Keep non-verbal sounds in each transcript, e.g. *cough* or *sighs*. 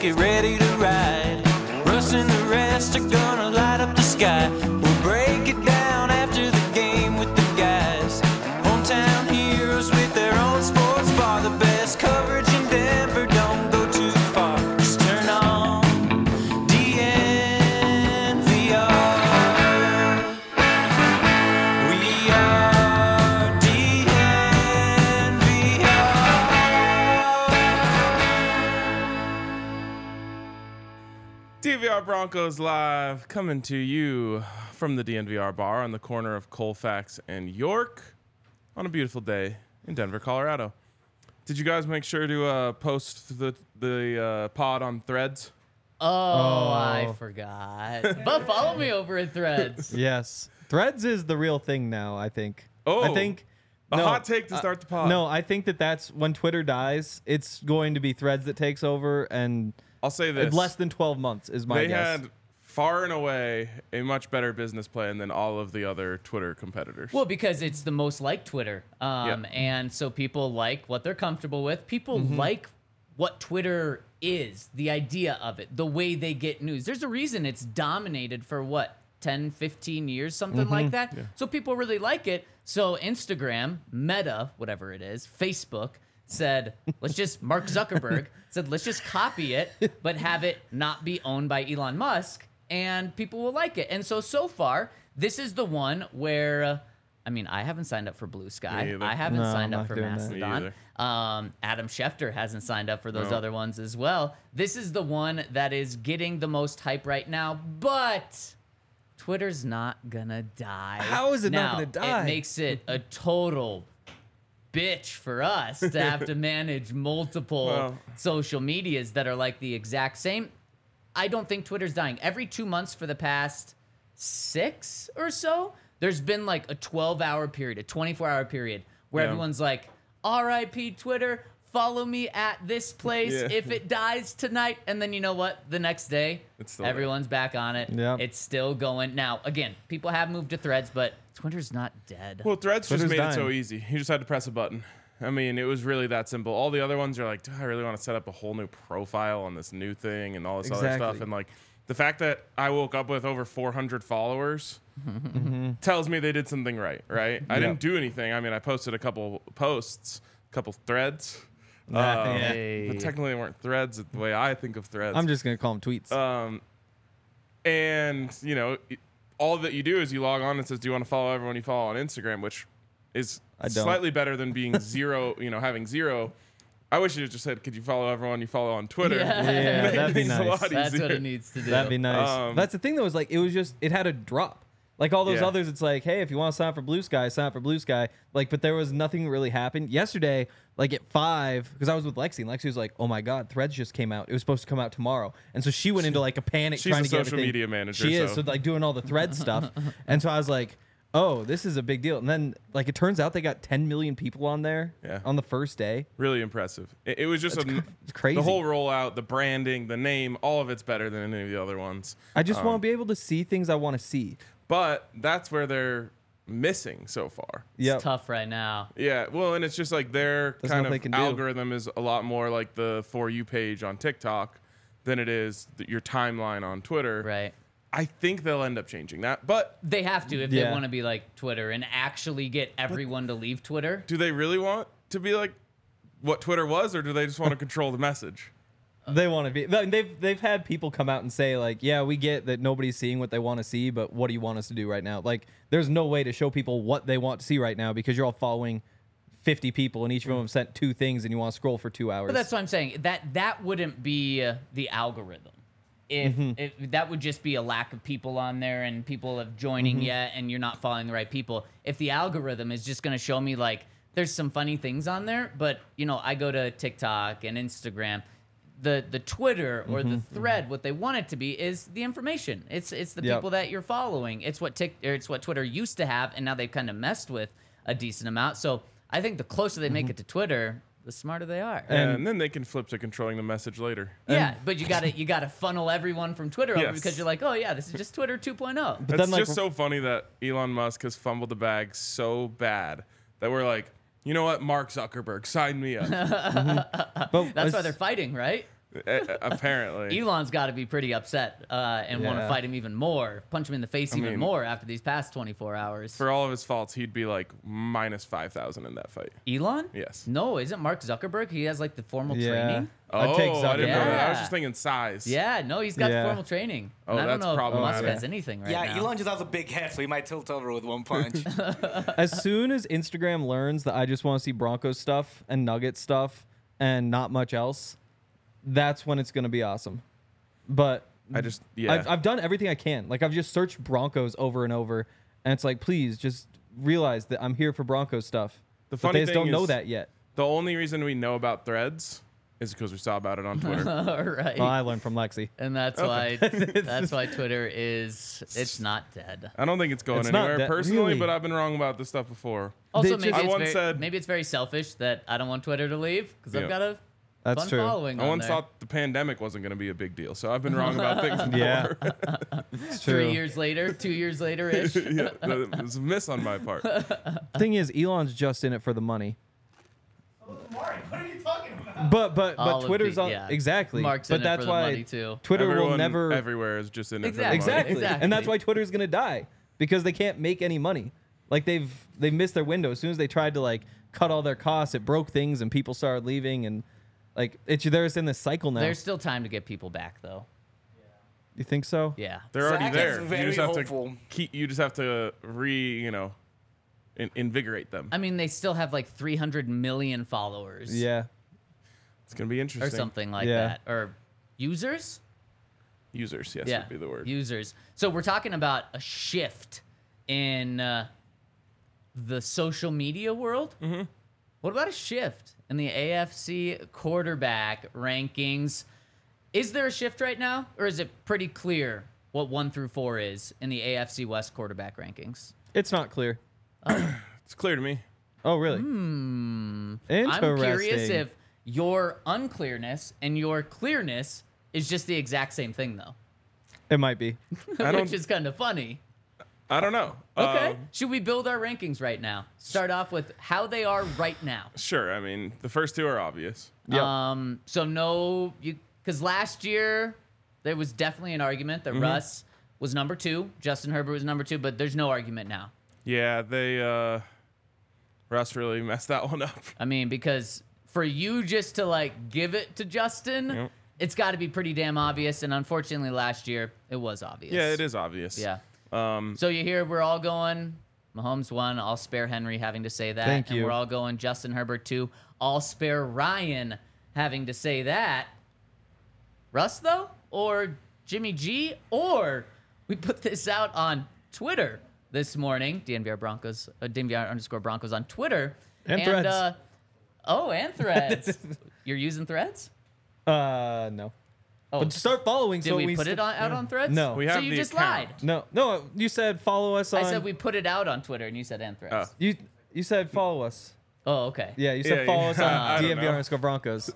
get ready to ride. Russ and the rest are gonna light up the sky. We'll break it down after the game with the guys. Hometown heroes with their own sports bar. The best coverage in Denver. Don't go too far. Just turn on DNVR. We are DNVR. DVR Broncos Live coming to you from the DNVR bar on the corner of Colfax and York on a beautiful day in Denver, Colorado. Did you guys make sure to uh, post the the uh, pod on Threads? Oh, I forgot. But follow me over at Threads. Yes. Threads is the real thing now, I think. Oh. I think A no, hot take to uh, start the pod. no, I think that that's when Twitter dies, it's going to be Threads that takes over and I'll say this: less than 12 months is my they guess. had far and away a much better business plan than all of the other Twitter competitors. Well, because it's the most like Twitter. Um, Yeah. And so people like what they're comfortable with. People Mm-hmm. like what Twitter is, the idea of it, the way they get news. There's a reason it's dominated for what, 10, 15 years, something Mm-hmm. like that. So people really like it. So Instagram, Meta, whatever it is, Facebook said, let's just, *laughs* Mark Zuckerberg said, let's just copy it, but have it not be owned by Elon Musk. And people will like it. And so, so far, this is the one where. Uh, I mean, I haven't signed up for Blue Me Sky. either. I haven't No, signed I'm not up for doing that. Mastodon. Me Um, Adam Schefter hasn't signed up for those No. other ones as well. This is the one that is getting the most hype right now, but Twitter's not gonna die. How is it not Now, gonna die? It makes it *laughs* a total bitch for us to have *laughs* to manage multiple Well. social medias that are like the exact same. I don't think Twitter's dying. Every two months for the past six or so, there's been like a 12 hour period, a 24 hour period where Yeah. everyone's like, RIP Twitter, follow me at *laughs* this place Yeah. if it dies tonight. And then you know what? The next day, It's still there. everyone's back on it. Yeah. It's still going. Now, again, people have moved to threads, but Twitter's not dead. Well, Threads just Twitter's made it so dying. easy. You just had to press a button. I mean, it was really that simple. All the other ones are like, do I really want to set up a whole new profile on this new thing and all this other stuff? Exactly. And like the fact that I woke up with over 400 followers Mm-hmm. tells me they did something right, right? I didn't do anything. I mean, I posted a couple posts, a couple threads. Um, But technically, they weren't threads the way I think of threads. I'm just going to call them tweets. and you know it- all that you do is you log on and it says do you want to follow everyone you follow on instagram which is I don't. slightly better than being *laughs* zero you know having zero i wish you just said could you follow everyone you follow on twitter *laughs* Yeah. yeah, that'd be It's a nice. lot That's what easier. it needs *laughs* to do. That'd be nice. Um, That's the thing though, is like it was just it had a drop. Like all those Yeah. others, it's like, hey, if you want to sign up for Blue Sky, sign up for Blue Sky. Like, but there was nothing really happened yesterday. Like at five, because I was with Lexi, and Lexi was like, "Oh my God, Threads just came out. It was supposed to come out tomorrow." And so she went into like a panic she's trying a to get social everything- media manager, She is so- so like doing all the Thread stuff. And so I was like, "Oh, this is a big deal." And then like it turns out they got 10 million people on there Yeah. on the first day. really impressive it, it was just a, it's crazy. the whole rollout the branding the name all of it's better than any of the other ones I just want to be able to see things I want to see. but that's where they're missing so far Yeah, It's tough right now. Yeah, well, and it's just like their There's kind nothing they of can do. algorithm is a lot more like the for you page on TikTok than it is th- your timeline on Twitter. Right. I think they'll end up changing that, but They have to if they Yeah. want to be like Twitter and actually get everyone to leave Twitter. do they really want to be like what Twitter was, or do they just want to control the message? They want to be. they- They've they've had people come out and say like, yeah, we get that nobody's seeing what they want to see, but what do you want us to do right now? Like, there's no way to show people what they want to see right now because you're all following 50 people and each Mm. of them sent two things and you want to scroll for two hours. But that's what I'm saying. That that wouldn't be uh, the algorithm. If, if that would just be a lack of people on there and people have joining yet, and you're not following the right people. If the algorithm is just going to show me like there's some funny things on there, but you know I go to TikTok and Instagram. The, the Twitter or the thread, what they want it to be is the information. It's it's the Yep. people that you're following. It's what tick or it's what Twitter used to have, and now they've kind of messed with a decent amount. So I think the closer they make it to Twitter, the smarter they are. And, then they can flip to controlling the message later. Yeah, but you gotta you gotta funnel everyone from Twitter over Yes. because you're like, oh yeah, this is just Twitter *laughs* oh. 2.0. That's then, like- just so funny that Elon Musk has fumbled the bag so bad that we're like, you know what, Mark Zuckerberg, sign me up. But That's why it's- they're fighting, right? A- apparently. Elon's got to be pretty upset uh, and want to Yeah. fight him even more, punch him in the face even mean- more after these past 24 hours. For all of his faults, he'd be like minus 5,000 in that fight. Elon? Yes. No, isn't Mark Zuckerberg? He has like the formal training. Oh, I'd take I didn't know Zuckerberg. that. I was Yeah. just thinking size. Yeah, no, he's got Yeah. formal training. Oh, And I don't that's know if Musk problematic. has anything right yeah, now. Elon just has a big head, so he might tilt over with one punch. As soon as Instagram learns that I just want to see Broncos stuff and Nugget stuff and not much else, that's when it's going to be awesome. But I just, yeah. I've, I've done everything I can. Like I've just searched Broncos over and over, and it's like, please just realize that I'm here for Broncos stuff. The but funny they just thing don't know is- that yet. the only reason we know about threads is because we saw about it on *laughs* Twitter. *laughs* All right. Well, I learned from Lexi. and *laughs* that's why that's why Twitter is it's not dead. I don't think it's going It's not anywhere that- personally, really. Oh, but I've been wrong about this stuff before. Also, just- maybe, I it's once very, said- maybe it's very selfish that I don't want Twitter to leave because Yeah. I've got a That's fun true. following. I on once there. thought the pandemic wasn't going to be a big deal, so I've been wrong about *laughs* things before. Yeah, it's true. three years later, two years later *laughs* ish. yeah, it was a miss on my *laughs* part. Thing is, Elon's just in it for the money. Mark, what are you talking about? But but All but of Twitter's the- on yeah. exactly. Mark's but in it that's for the why money, too. Twitter Everyone will never everywhere is just in it Exactly. for the money. exactly. and that's Exactly. why Twitter's gonna die because they can't make any money. Like they've they missed their window as soon as they tried to like cut all their costs. It broke things and people started leaving and like it's they're just in this cycle now. There's still time to get people back though. you think so? Yeah. They're already Zach is there. very you just have hopeful. to keep. You just have to re, you know, in, invigorate them. I mean, they still have like 300 million followers. Yeah. It's gonna be Or interesting. something like Yeah. that. Or users? Users, yes, would be the word. Users. So we're talking about a shift in uh, the social media world. Mm-hmm. What about a shift in the AFC quarterback rankings? Is there a shift right now, or is it pretty clear what one through four is in the AFC West quarterback rankings? It's not clear. it's clear to me. Oh really? Hmm. Interesting. I'm curious if your unclearness and your clearness is just the exact same thing, though, it might be. *laughs* I which don't. is kind of funny. I don't know. Okay. Um, Should we build our rankings right now? Start off with how they are right now. sure. I mean, the first two are obvious. Yep. Um, so no, you because last year there was definitely an argument Mm-hmm. that Russ was number two, Justin Herbert was number two, but there's no argument now. Yeah, they. uh Russ really messed that one up. I mean, because for you just to like give it to Justin, Yep. it's got to be pretty damn obvious. And unfortunately, last year it was obvious. Yeah, it is obvious. Yeah. Um, so you hear we're all going Mahomes one. I'll spare Henry having to say that. Thank and you. We're all going Justin Herbert two. I'll spare Ryan having to say that. Russ though, or Jimmy G, or we put this out on Twitter this morning. DNVR Broncos, uh, DNVR underscore Broncos on Twitter. And Threads. Uh, oh, and *laughs* Threads. You're using Threads. Uh no. Oh, But start following did so we, put st- it on, out on Threads? No. We have so you the just account. lied. No. No, you said follow us on I said we put it out on Twitter, and you said and Threads. you you said follow us. Oh, okay. Yeah, you Yeah, said follow yeah. *laughs* us I on don't know. DMVR underscore Broncos.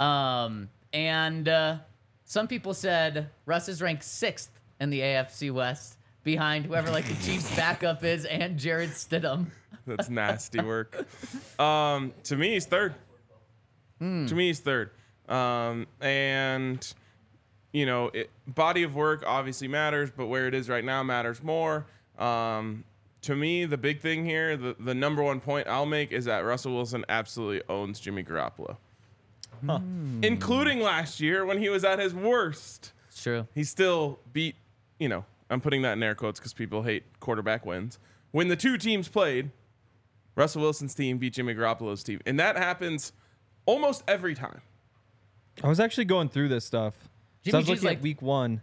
Um, and uh, some people said Russ is ranked sixth in the AFC West, behind whoever like the Chiefs' backup is and Jared Stidham. That's nasty work. Um, to me, he's third. To me, he's third. Um, and you know, it, body of work obviously matters, but where it is right now matters more. Um, to me, the big thing here, the, the number one point I'll make is that Russell Wilson absolutely owns Jimmy Garoppolo, including last year when he was at his worst. It's true. He still beat, you know, I'm putting that in air quotes because people hate quarterback wins. When the two teams played, Russell Wilson's team beat Jimmy Garoppolo's team. And that happens almost every time. I was actually going through this stuff. so Jimmy I was G's looking like- at week one,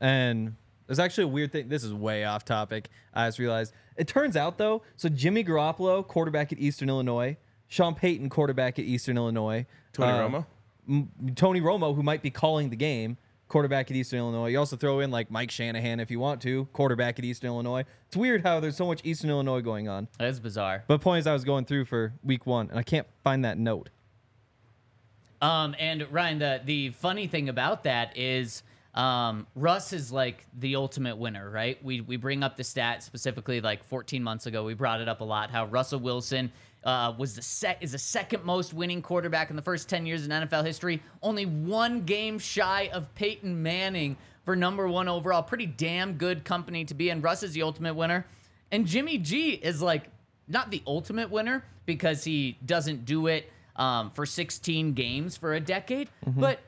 and there's actually a weird thing. This is way off topic. I just realized. It turns out though, so Jimmy Garoppolo, quarterback at Eastern Illinois, Sean Payton, quarterback at Eastern Illinois, Tony uh, Romo. Tony Romo, who might be calling the game, quarterback at Eastern Illinois. You also throw in like Mike Shanahan if you want to, quarterback at Eastern Illinois. It's weird how there's so much Eastern Illinois going on. That is bizarre. But point is, I was going through for week one, and I can't find that note. Um, and Ryan, the the funny thing about that is, um, Russ is like the ultimate winner, right? We we bring up the stat specifically like 14 months ago. We brought it up a lot how Russell Wilson Uh, was the sec- is the second most winning quarterback in the first 10 years in NFL history, only one game shy of Peyton Manning for number one overall. Pretty damn good company to be in. Russ is the ultimate winner. And Jimmy G is like not the ultimate winner because he doesn't do it um, for 16 games for a decade, but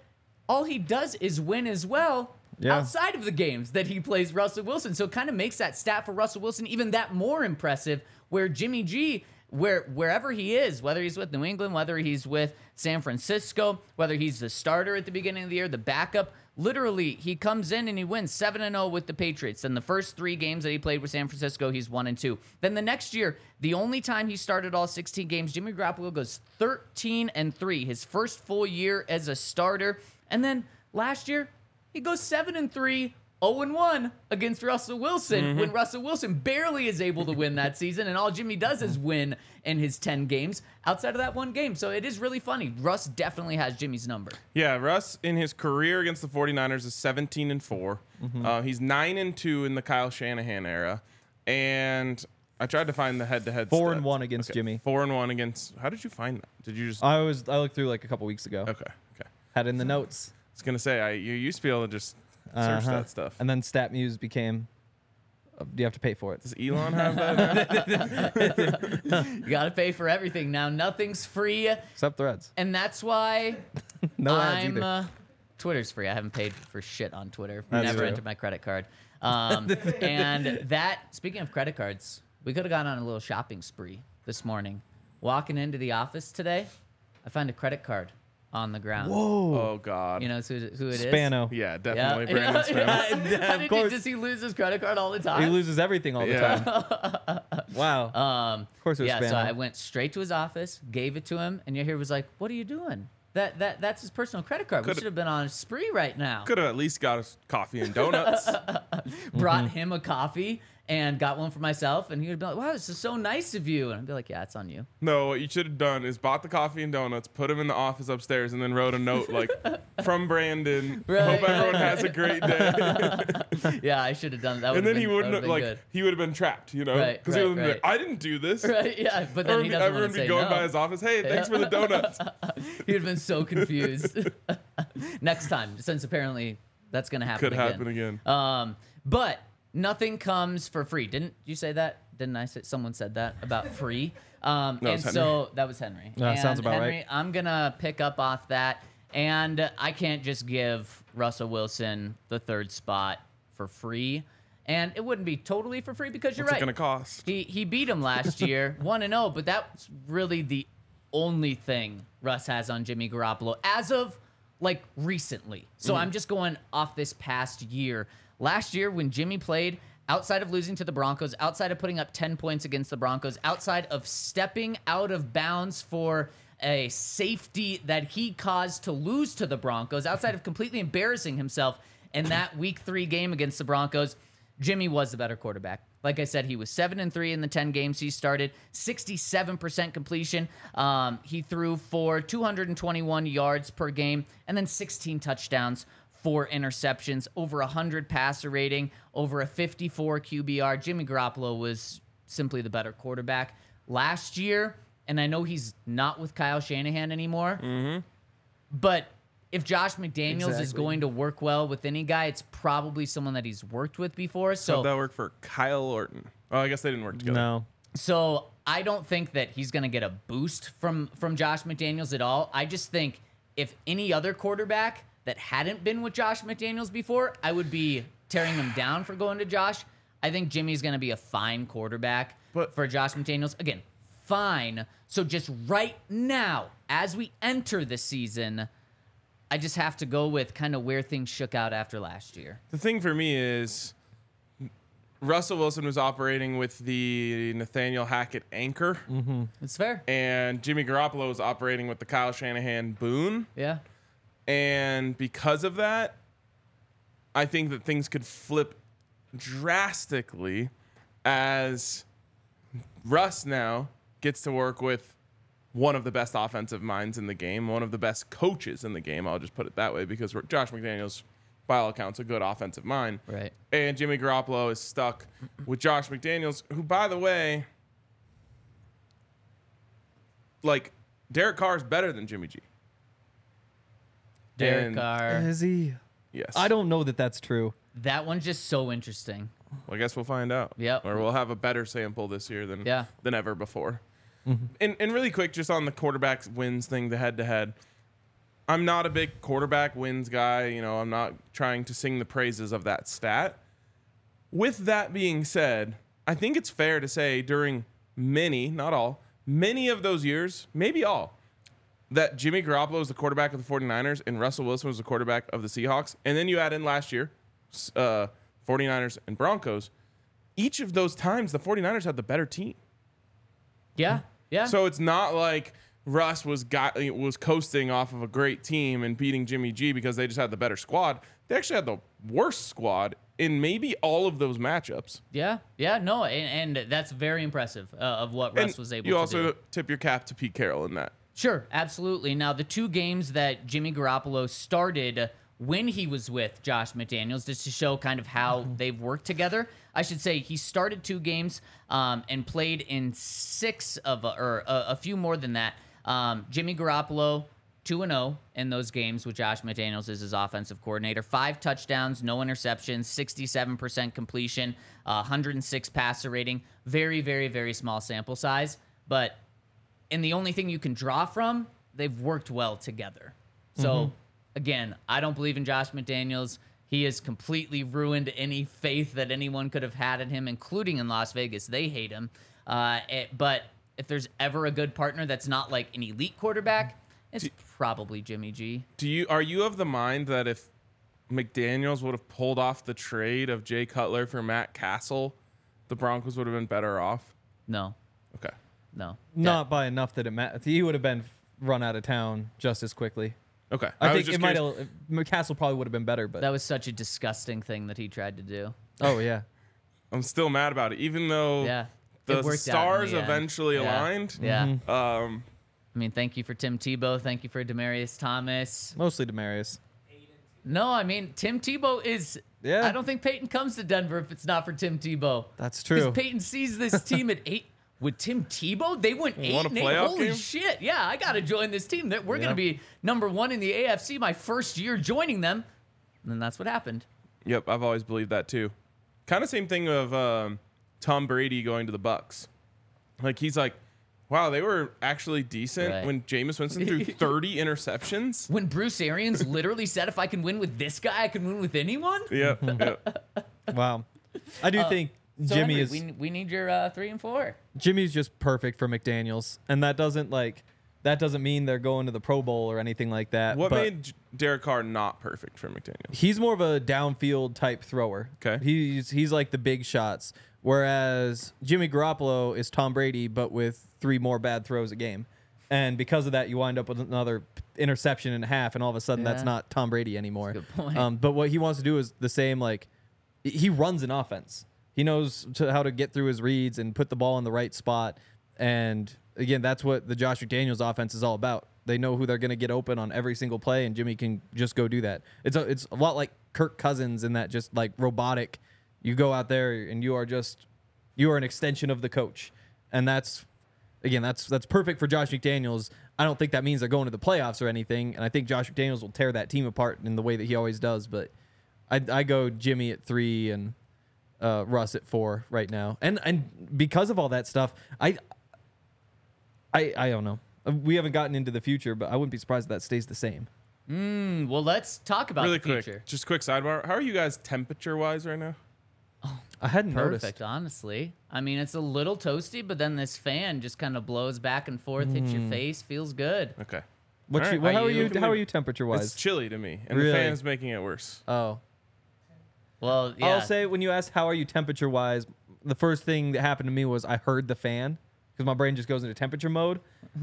all he does is win as well Yeah. outside of the games that he plays Russell Wilson. So it kind of makes that stat for Russell Wilson even that more impressive. Where Jimmy G, where wherever he is, whether he's with New England, whether he's with San Francisco, whether he's the starter at the beginning of the year, the backup, literally he comes in and he wins 7 and 0 with the Patriots. Then the first 3 games that he played with San Francisco, he's 1 and 2. Then the next year, the only time he started all 16 games, Jimmy Garoppolo goes 13 and 3, his first full year as a starter. And then last year, he goes seven and three, 0 and one against Russell Wilson when Russell Wilson barely is able to win that season, and all Jimmy does is win in his ten games outside of that one game. So it is really funny. Russ definitely has Jimmy's number. Yeah, Russ in his career against the 49ers is 17 and 4. Mm-hmm. Uh, he's 9 and 2 in the Kyle Shanahan era. And I tried to find the head to head Four and one against Jimmy. Uh, 4 and 1 against How did you find that? Did you just I was I looked through like a couple weeks ago. Okay, okay. I Had in the notes. was going to say I you used to be able to just search Uh-huh. that stuff. And then StatMuse became. uh, you have to pay for it? Does *laughs* Elon have that? You got to pay for everything now. Nothing's free, Except threads. and that's why No ads I'm. either. Uh, Twitter's free. I haven't paid for shit on Twitter. That's Never true. entered my credit card. *laughs* Um, and that, speaking of credit cards, we could have gone on a little shopping spree this morning. Walking into the office today, I find a credit card on the ground. Whoa. oh god. You know who, who it is? Spano. yeah, Yeah. *laughs* definitely yeah, Brandon Spano. How did he- course. does he lose his credit card all the time? He loses everything all the Yeah. *laughs* time. wow. Um, of course it was yeah, so Spano. I went straight to his office, gave it to him, and your here was like, "What are you doing? That that that's his personal credit card. we Could've- should have been on a spree right now." Could have at least got us coffee and *laughs* donuts. Brought Mm-hmm. him a coffee and got one for myself, and he would be like, "Wow, this is so nice of you," and I'd be like, "Yeah, it's on you." no, what you should have done is bought the coffee and donuts, put them in the office upstairs, and then wrote a note *laughs* like from Brandon. Right. Hope everyone has a *laughs* great day. yeah, I should have done that. and then would've he been- that wouldn't have, like would've he would have been trapped, you know, Right, he right, would have been like, right. I didn't do this. been good. *laughs* right, yeah, but then Everyone, he doesn't everyone want would to be say going no. by his office. Hey, thanks for the *laughs* donuts. He'd have *laughs* been so confused. *laughs* Next time, since apparently that's gonna happen. Could happen again. Um, but nothing comes for free. Didn't you say that? Didn't I say someone said that about free? Um, No, it and was so that was Henry. Yeah, and sounds about Henry, right. I'm gonna pick up off that, and I can't just give Russell Wilson the third spot for free, and it wouldn't be totally for free because you're What's it right. gonna cost? He he beat him last year, one and zero. But that's really the only thing Russ has on Jimmy Garoppolo as of like recently. So I'm just going off this past year. Last year when Jimmy played, outside of losing to the Broncos, outside of putting up ten points against the Broncos, outside of stepping out of bounds for a safety that he caused to lose to the Broncos, outside of completely embarrassing himself in that Week Three game against the Broncos. Jimmy was the better quarterback. Like I said, he was seven and three in the ten games he started, sixty-seven percent completion. Um, he threw for two hundred and twenty-one yards per game, and then sixteen touchdowns, four interceptions, over hundred passer rating, over a fifty-four QBR. Jimmy Garoppolo was simply the better quarterback last year, and I know he's not with Kyle Shanahan anymore. But if Josh McDaniels is Exactly. going to work well with any guy, it's probably someone that he's worked with before. How'd that So, work for Kyle Orton? Oh, I guess they didn't work together. no. so I don't think that he's going to get a boost from from Josh McDaniels at all. I just think if any other quarterback that hadn't been with Josh McDaniels before, I would be tearing him down for going to Josh. I think Jimmy's going to be a fine quarterback But- for Josh McDaniels. Again, fine. So just right now, as we enter the season, I just have to go with kind of where things shook out after last year. The thing for me is Russell Wilson was operating with the Nathaniel Hackett anchor, It's fair. and Jimmy Garoppolo was operating with the Kyle Shanahan boon. Yeah. And because of that, I think that things could flip drastically as Russ now gets to work with one of the best offensive minds in the game, one of the best coaches in the game. I'll just put it that way because Josh McDaniels, by all accounts, a good offensive mind. Right. And Jimmy Garoppolo is stuck with Josh McDaniels, who, by the way, like Derek Carr is better than Jimmy G. Derek And- Carr. Is he? Yes. I don't know that that's true. That one's just so interesting. Well, I guess we'll find out. Yep. Or we'll have a better sample this year than Yeah. than ever before. And and really quick, just on the quarterbacks wins thing, the head to head. I'm not a big quarterback wins guy. You know, I'm not trying to sing the praises of that stat. With that being said, I think it's fair to say during many, not all, many of those years, maybe all, that Jimmy Garoppolo was the quarterback of the 49ers and Russell Wilson was the quarterback of the Seahawks. And then you add in last year, s- uh, 49ers and Broncos. Each of those times, the 49ers had the better team. Yeah. Yeah. So it's not like Russ was got was coasting off of a great team and beating Jimmy G because they just had the better squad. They actually had the worst squad in maybe all of those matchups. yeah. Yeah. No, and, and that's very impressive uh, of what Russ and was able you to do. also tip your cap to Pete Carroll in that. Sure, absolutely. Now, the two games that Jimmy Garoppolo started when he was with Josh McDaniels, just to show kind of how they've worked together, I should say he started two games um, and played in six of, uh, or a, a few more than that. Um, Jimmy Garoppolo, 2 and 0 in those games with Josh McDaniels as his offensive coordinator. Five touchdowns, no interceptions, 67% completion, uh, 106 passer rating. Very, very, very small sample size, but and the only thing you can draw from, they've worked well together. So Mm-hmm. again, I don't believe in Josh McDaniels. He has completely ruined any faith that anyone could have had in him, including in Las Vegas. They hate him. Uh, it- but if there's ever a good partner that's not like an elite quarterback, it's probably Jimmy G. Do you are you of the mind that if McDaniels would have pulled off the trade of Jay Cutler for Matt Castle, the Broncos would have been better off? No, Okay. no, Not by enough that it matters. He would have been run out of town just as quickly. Okay. I, was think just it might curious. have. McCastle probably would have been better, but that was such a disgusting thing that he tried to do. oh yeah. I'm still mad about it, even though Yeah, it the worked out in stars the end. eventually Yeah. aligned. Yeah, Um, I mean, thank you for Tim Tebow. Thank you for Demarius Thomas. Mostly Demarius. *laughs* No, I mean Tim Tebow is. Yeah. I don't think Peyton comes to Denver if it's not for Tim Tebow. That's Because true. Peyton sees *laughs* this team at eight with Tim Tebow. They went eight. Want a and eight. playoff Holy game? shit! Yeah, I gotta join this team. That we're Yeah. gonna be number one in the AFC my first year joining them. And then that's what happened. Yep, I've always believed that too. Kind of same thing of um, Tom Brady going to the Bucks. Like he's like, wow, they were actually decent Right. when Jameis Winston *laughs* threw 30 interceptions. When *laughs* Bruce Arians literally said, "If I can win with this guy, I can win with anyone." *laughs* Yep, yep. Wow. I do think Uh, So Jimmy Henry, is We, we need your uh, three and four. Jimmy's just perfect for McDaniel's, and that doesn't like that doesn't mean they're going to the Pro Bowl or anything like that. What but made J- Derek Carr not perfect for McDaniel? he's more of a downfield type thrower. 'Kay. he's he's like the big shots, whereas Jimmy Garoppolo is Tom Brady, but with three more bad throws a game, and because of that, you wind up with another interception and a half, and all of a sudden that's Yeah. not Tom Brady anymore. That's a good point. Um, but what he wants to do is the same like he runs an offense. He knows to, how to get through his reads and put the ball in the right spot. And again, that's what the Josh McDaniels offense is all about. They know who they're going to get open on every single play, and Jimmy can just go do that. It's a, it's a lot like Kirk Cousins in that just like robotic. You go out there and you are just you are an extension of the coach, and that's again that's that's perfect for Josh McDaniels. I don't think that means they're going to the playoffs or anything, and I think Josh McDaniels will tear that team apart in the way that he always does. But I, I go Jimmy at three and uh, Russ at four right now, and and because of all that stuff, I I I don't know. We haven't gotten into the future, but I wouldn't be surprised if that stays the same. Hmm, Well, let's talk about Really the quick, future. just quick sidebar. How are you guys temperature wise right now? I hadn't Perfect, noticed. honestly. I mean, it's a little toasty, but then this fan just kind of blows back and forth, hits Mm. your face, feels good. Okay. What All you, right. how are We you? can How leave. are you temperature It's wise? chilly to me, and Really? the fan's making it worse. Oh, Well, yeah. I'll say when you asked how are you temperature wise, the first thing that happened to me was I heard the fan because my brain just goes into temperature mode,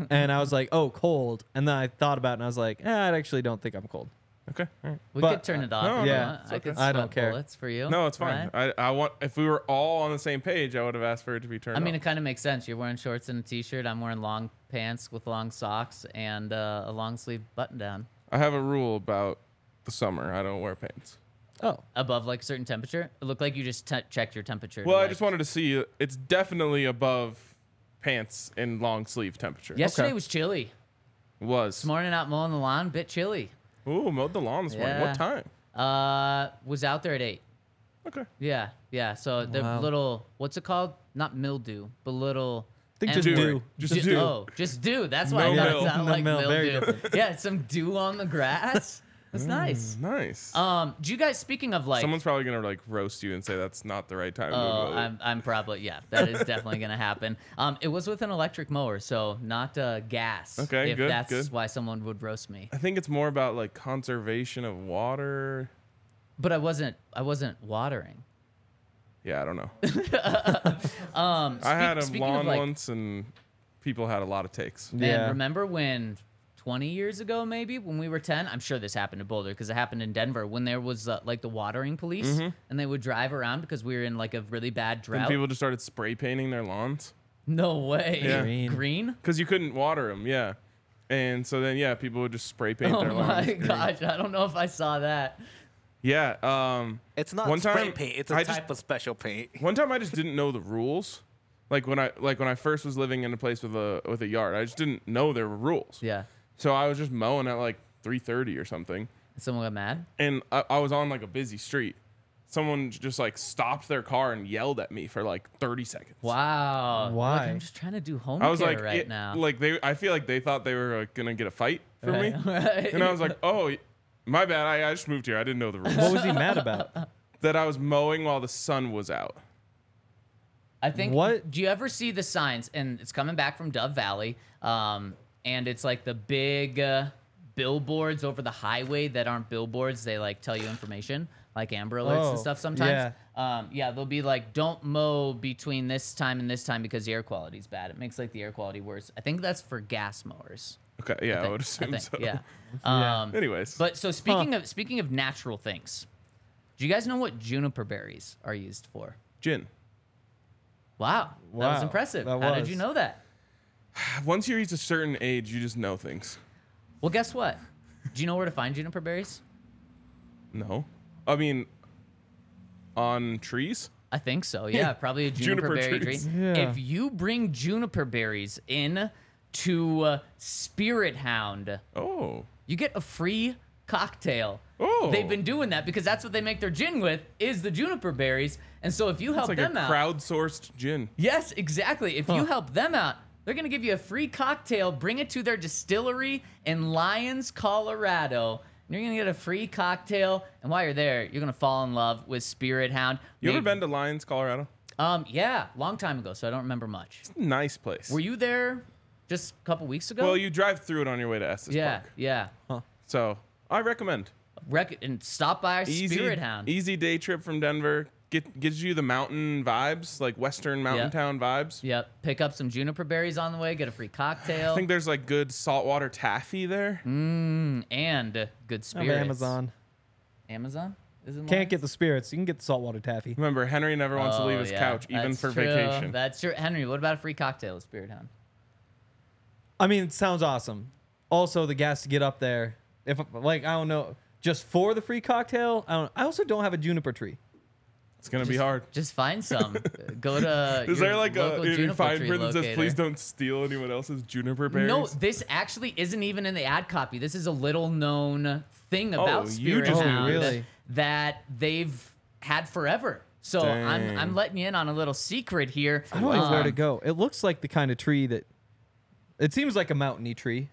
and I was like, oh, cold, and then I thought about it and I was like, eh, I actually don't think I'm cold. Okay. All right. we but- could turn it no, off. if you yeah, want. it's I could okay. I don't sweat care. bullets for you. No, it's fine. Ryan. I, I want if we were all on the same page, I would have asked for it to be turned. I mean, off. it kind of makes sense. You're wearing shorts and a t-shirt. I'm wearing long pants with long socks and uh, a long sleeve button down. I have a rule about the summer. I don't wear pants. Oh, Above like a certain temperature, it looked like you just te- checked your temperature. to, Well, I like- just wanted to see. It's definitely above pants and long sleeve temperature. Yesterday was chilly. It was. This morning out mowing the lawn, bit chilly. Ooh, mowed the lawn this morning. Yeah. What time? Uh, was out there at eight. Okay. Yeah, yeah. So the Wow. little what's it called? Not mildew, but little. think em- just Do. do. Just Ju- do. Oh, just dew. That's No why I thought mill. it sounded No like mill, very Mm. mildew. yeah, some dew on the grass. That's nice. Nice. Um, do you guys speaking of like? Someone's probably gonna like roast you and say that's not the right time. oh, to mow. I'm I'm probably yeah. That is definitely gonna happen. Um, it was with an electric mower, so not uh, gas. Okay, if good, That's good. why someone would roast me. I think it's more about like conservation of water. But I wasn't I wasn't watering. Yeah, I don't know. *laughs* Um, I had a speak- speaking of, lawn like, once, and people had a lot of takes. Man, Yeah. remember when 20 years ago, maybe when we were 10? I'm sure this happened to Boulder because it happened in Denver when there was uh, like the watering police and they would drive around because we were in like a really bad Mm-hmm. And drought. people just started spray painting their lawns no way. Yeah. Green. Green? because you couldn't water them. Yeah, and so then yeah, people would just spray paint Oh their my lawns. gosh. I don't know if I saw that. Yeah. Um, It's not One spray time, paint. It's a I just- type of special paint. One time I just didn't know the rules. Like when I like when I first was living in a place with a with a yard, I just didn't know there were rules. Yeah. So I was just mowing at like 3:30 or something, Someone got mad. and I, I was on like a busy street. Someone just like stopped their car and yelled at me for like 30 seconds. Wow. Look, Why? I'm just trying to do home I was care like, right it- now. like they, I feel like they thought they were like, gonna get a fight from Right, me, *laughs* *laughs* right. and I was like, oh, my bad. I, I just moved here. I didn't know the *laughs* rules. What was he mad about? that I was mowing while the sun was out. I think. What? Do you ever see the signs? And it's coming back from Dove Valley, um, and it's like the big uh, billboards over the highway that aren't billboards. They like tell you information, like Amber Alerts Oh, and stuff. Sometimes, yeah. um, yeah, they'll be like, "Don't mow between this time and this time because the air quality is bad. It makes like the air quality worse." I think that's for gas mowers. Okay, yeah, I, would I assume think, so. *laughs* yeah. Um, *laughs* Anyways, But so speaking of speaking of natural things, do you guys know what juniper berries are used for? gin. Wow, that was Wow, impressive. that How did was. you know that? Once you reach a certain age, you just know things. Well, guess what? Do you know where to find juniper berries? No, I mean, on trees. I think so. Yeah, probably a juniper, Juniper berry trees. tree. Yeah. If you bring juniper berries in to uh, Spirit Hound, Oh, you get a free cocktail. Oh. They've been doing that because that's what they make their gin with is the juniper berries. And so if you help it's like a Oh, them out, crowdsourced gin. yes, exactly. If you help them out, they're gonna give you a free cocktail. Bring it to their distillery in Lyons, Colorado. And you're gonna get a free cocktail, and while you're there, you're gonna fall in love with Spirit Hound. You ever Maybe- been to Lyons, Colorado? Um, yeah, long time ago, so I don't remember much. Nice place. Were you there just a couple weeks ago? well, you drive through it on your way to Estes yeah, Park. yeah. So I recommend. Rec- and stop by our easy, E- Spirit Hound. Easy day trip from Denver. Get gives you the mountain vibes, like Western mountain Yeah. town vibes. Yep, pick up some juniper berries on the way, get a free cocktail, I think there's like good saltwater taffy there. Mm. and I'm good spirits. Amazon. Amazon? Isn't Can't get the spirits. You can get the saltwater taffy. Remember, Henry never wants to Oh, leave his couch, even for vacation. That's true. Henry, what about a free cocktail at Spirit Hound? I mean, it sounds awesome. Also, the gas to get up there. If like I don't know, just for the free cocktail. I don't. I also don't have a juniper tree. it's gonna be hard. Just find *laughs* some. Go to. Is your there like a local in juniper fine tree print that says locator. please don't steal anyone else's juniper berries? No, this actually isn't even in the ad copy. This is a little known thing Oh, about you Spirit just Oh, knew Hound this. Really? that they've had forever. So I'm, I'm Dang. letting you in on a little secret here. I don't know where to Um, go. It looks like the kind of tree that. It seems like a mountainy tree.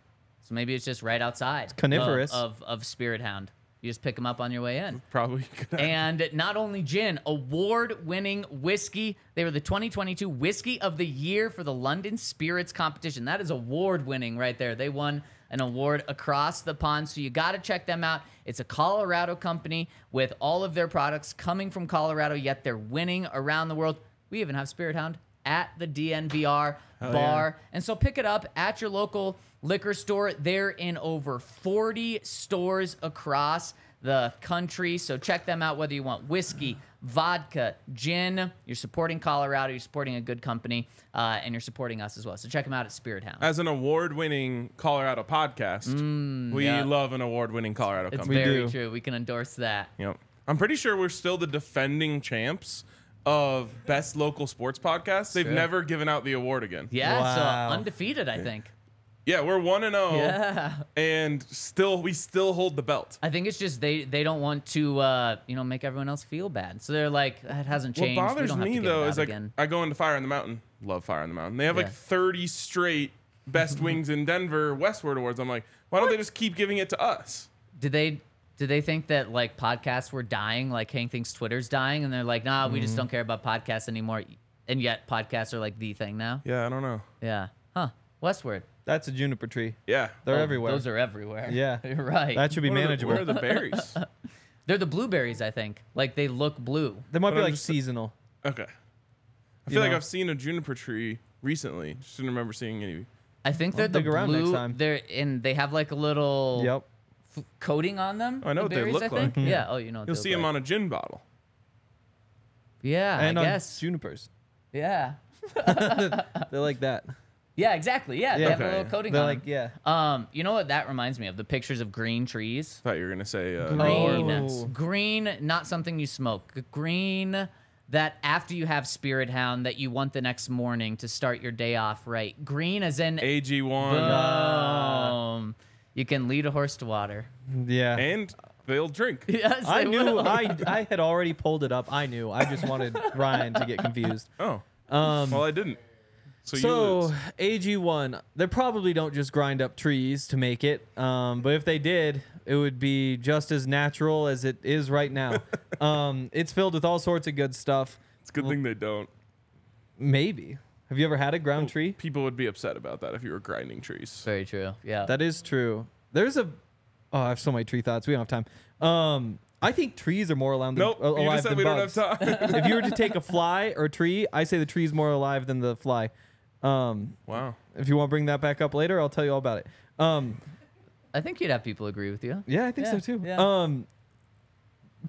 So maybe it's just right outside of- coniferous. of, of, Spirit Hound. You just pick them up on your way in. *laughs* probably. And not only gin, award winning whiskey. They were the 2022 Whiskey of the Year for the London Spirits Competition. That is award winning right there. They won an award across the pond. So you got to check them out. It's a Colorado company with all of their products coming from Colorado, yet they're winning around the world. We even have Spirit Hound at the DNVR bar. And so pick it up at your local liquor store. They're in over 40 stores across the country. So check them out whether you want whiskey, vodka, gin. You're supporting Colorado, you're supporting a good company, uh, and you're supporting us as well. So check them out at Spirit Hound. As an award-winning Colorado podcast, we Mm, yeah. love an award-winning Colorado it's company. very do. true. We can endorse that. Yep. I'm pretty sure we're still the defending champs of best local sports podcast. They've Sure. never given out the award again. Yeah, Wow. so undefeated, I think. Yeah, we're one and zero, Yeah. and still we still hold the belt. I think it's just they they don't want to uh, you know make everyone else feel bad, so they're like it hasn't changed. What we bothers don't have me to give though it is out like again. I go into Fire on the Mountain, love Fire on the Mountain. They have Yeah. like 30 straight *laughs* best wings in Denver Westward awards. I'm like, why don't they just keep giving it to us? did they did they think that like podcasts were dying like hank thinks twitter's dying and they're like nah we Mm-hmm. just don't care about podcasts anymore and yet podcasts are like the thing now Yeah, I don't know. yeah huh westward That's a juniper tree. Yeah. They're Oh, everywhere. those are everywhere Yeah. *laughs* you're right that should be Where are the- manageable. where are the berries? they're the blueberries i think like they look blue they might But be I'm like just- seasonal. okay. I feel You like know. I've seen a juniper tree recently. Just didn't remember seeing any. i think they're the dig around blue next time. they're and they have like a little Yep. f- coating on them I know the what they berries, look I think. like. yeah oh you know what You'll they see look them like. on a gin bottle. yeah And i on guess junipers. yeah They're like that. yeah exactly yeah, they Yeah. have a Okay. little coating They're on like them. yeah. Um, you know what that reminds me of? The pictures of green trees. Thought you were gonna say uh, Green. Oh. Green, not something you smoke. Green that after you have Spirit Hound that you want the next morning to start your day off right. Green as in AG one, boom. You can lead a horse to water. *laughs* *laughs* Yeah. and they'll drink. Yes, I they knew will. I I had already pulled it up. I knew. I just *laughs* wanted Ryan to get confused. Oh, Um well, I didn't. So, you so lose. AG1, they probably don't just grind up trees to make it. Um, but if they did, it would be just as natural as it is *laughs* right now. um, it's filled with all sorts of good stuff. it's a good thing they don't. Maybe. Have you ever had a ground tree? People would be upset about that if you were grinding trees. Very true. Yeah. That is true. There's a. Oh, I have so many tree thoughts. We don't have time. Um, I think trees are more alive than Nope, al- you alive just said than we bugs. don't have time. if you were to take a fly or a tree, I say the tree's more alive than the fly. Um, *laughs* wow. if you want to bring that back up later, I'll tell you all about it. Um, I think you'd have people agree with you. Yeah, I think so Yeah, too. yeah. Um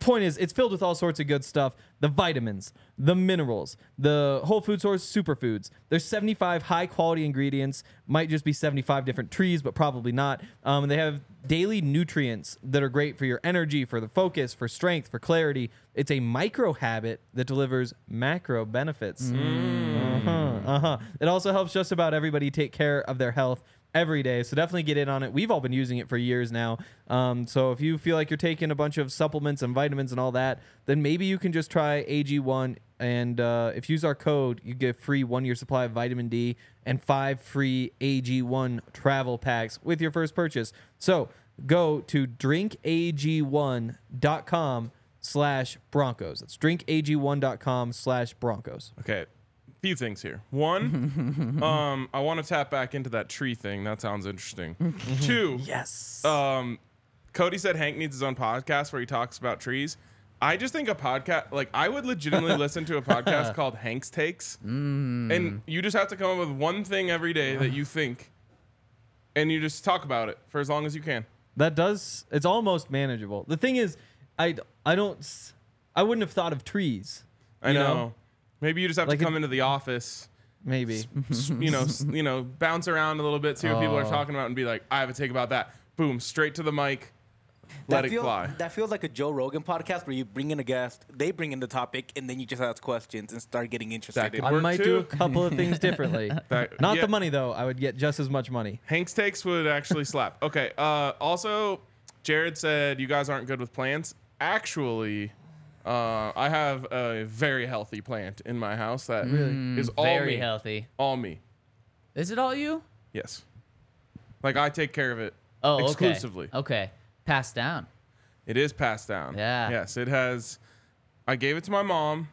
point is it's filled with all sorts of good stuff. The vitamins, the minerals, the whole food source superfoods. There's 75 high quality ingredients, might just be 75 different trees, but probably not. Um, and they have daily nutrients that are great for your energy, for the focus, for strength, for clarity. It's a micro habit that delivers macro benefits. Uh-huh. Uh-huh. It also helps just about everybody take care of their health every day. So definitely get in on it. We've all been using it for years now. Um, so if you feel like you're taking a bunch of supplements and vitamins and all that, then maybe you can just try AG1. And uh, if you use our code, you get a free one year supply of vitamin D and five free AG1 travel packs with your first purchase. So go to drinkag1.com slash broncos. That's drinkag1.com slash broncos. Okay. Few things here. One, *laughs* um, I want to tap back into that tree thing. That sounds *laughs* interesting. Two, Yes. um, Cody said Hank needs his own podcast where he talks about trees. I just think a podcast, like I would *laughs* legitimately listen to a podcast called Hank's Takes, and you just have to come up with one thing every day that you think, and you just talk about it for as long as you can. That does. It's almost manageable. The thing is, I I don't. s- I wouldn't have thought of trees. I You know. know? Maybe you just have Like to it- come into the office, Maybe. s- you know, s- you know, bounce around a little bit, see what people are talking about, and be like, I have a take about that. Boom, straight to the mic. Let that it feel- fly. That feels like a Joe Rogan podcast where you bring in a guest, they bring in the topic, and then you just ask questions and start getting interested. could in I Work might do a too. couple of *laughs* things differently. That- Not yeah. the money though. I would get just as much money. Hank's takes would actually *laughs* slap. Okay. Uh, also, Jared said you guys aren't good with plants. Actually, uh, I have a very healthy plant in my house that is all Very me. healthy. All me. Is it all you? Yes. Like I take care of it Oh, okay. exclusively. Okay. Passed down. It is passed down. Yeah. Yes, it has. I gave it to my mom